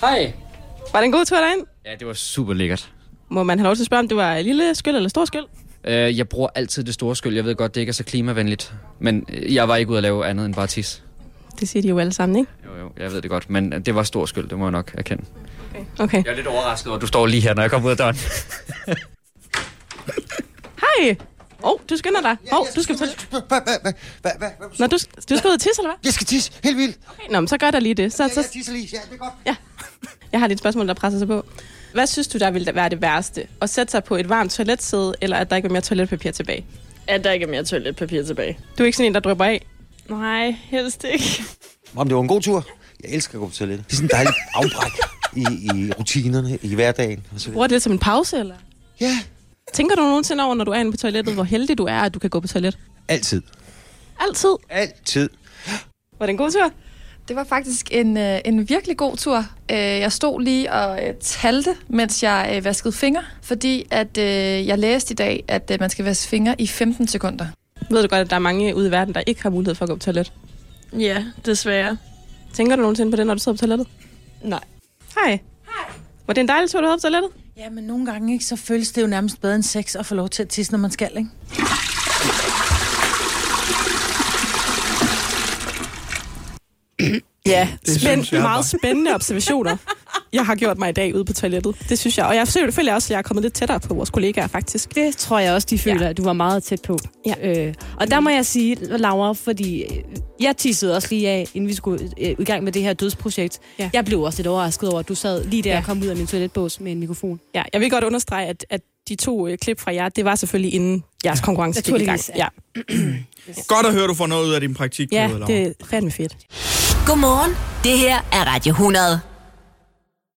D: Hej. Var det en god tur derind?
F: Ja, det var super lækkert.
D: Må man have lov til at spørge, om det var lille skyld eller stor skyld?
F: Øh, jeg bruger altid det store skyld. Jeg ved godt, det ikke er så klimavenligt. Men øh, jeg var ikke ude at lave andet end bare tis.
D: Det siger de jo alle sammen, ikke?
F: Jo, jo, jeg ved det godt. Men øh, det var stor skyld, det må jeg nok erkende.
D: Okay.
F: Jeg er lidt overrasket over, at du står lige her, når jeg kommer ud af døren.
D: Hej. Åh, oh, du skynder dig. Åh, oh, du skal... Nå, du, du skal ud og tisse, eller hvad?
R: Jeg skal tisse, helt vildt.
D: Okay, nå, men så gør der lige det. Så,
R: Ja,
D: så,
R: jeg tisser lige. Ja, det er godt.
D: Jeg har lige et spørgsmål, der presser sig på. Hvad synes du, der ville være det værste? At sætte sig på et varmt toiletsæde, eller at der ikke er mere toiletpapir tilbage?
S: At der ikke er mere toiletpapir tilbage.
D: Du er ikke sådan en, der drypper af? Nej, helst ikke.
R: Om det var en god tur. Jeg elsker at gå på toilettet. Det er sådan en dejlig afbræk i, i rutinerne, i hverdagen. Altså, Og så videre.
D: Bruger det som en pause, eller?
R: Ja.
D: Tænker du nogensinde over, når du er inde på toilettet, hvor heldig du er, at du kan gå på toilet?
R: Altid.
D: Altid.
R: Altid.
D: Var det en god tur?
T: Det var faktisk en, øh, en virkelig god tur. Øh, jeg stod lige og øh, talte, mens jeg øh, vaskede fingre, fordi at øh, jeg læste i dag, at øh, man skal vaske fingre i 15 sekunder.
D: Ved du godt, at der er mange ude i verden, der ikke har mulighed for at gå på toilet?
S: Ja, desværre.
D: Tænker du nogensinde på det, når du sidder på toilettet?
U: Nej.
D: Hej. Hej. Var det en dejlig tur, du havde på toilettet?
U: Ja, men nogle gange ikke, så føles det jo nærmest bedre end sex at få lov til at tisse, når man skal, ikke?
D: Ja,
U: Det
D: det
U: synes
D: spænd-
U: jeg
D: jeg
U: var.
D: meget spændende observationer, jeg har gjort mig i dag ude på toilettet. Det synes jeg. Og jeg føler føler også, at jeg er kommet lidt tættere på vores kollegaer, faktisk.
C: Det tror jeg også, de føler, ja. at du var meget tæt på.
D: Ja.
C: Øh, og der må jeg sige, Laura, fordi øh, jeg tissede også lige af, inden vi skulle øh, i gang med det her dødsprojekt. Ja. Jeg blev også lidt overrasket over, at du sad lige der ja.
D: Ja.
C: og kom ud af min toiletbås med en mikrofon.
D: Ja, jeg vil godt understrege, at, at de to øh, klip fra jer, det var selvfølgelig inden jeres konkurrence gik i gang.
C: Naturligvis,
D: Ja,
B: Godt at høre, du får noget ud af din praktik.
D: ja det er fandme fedt.
A: Godmorgen. Det her er Radio 100.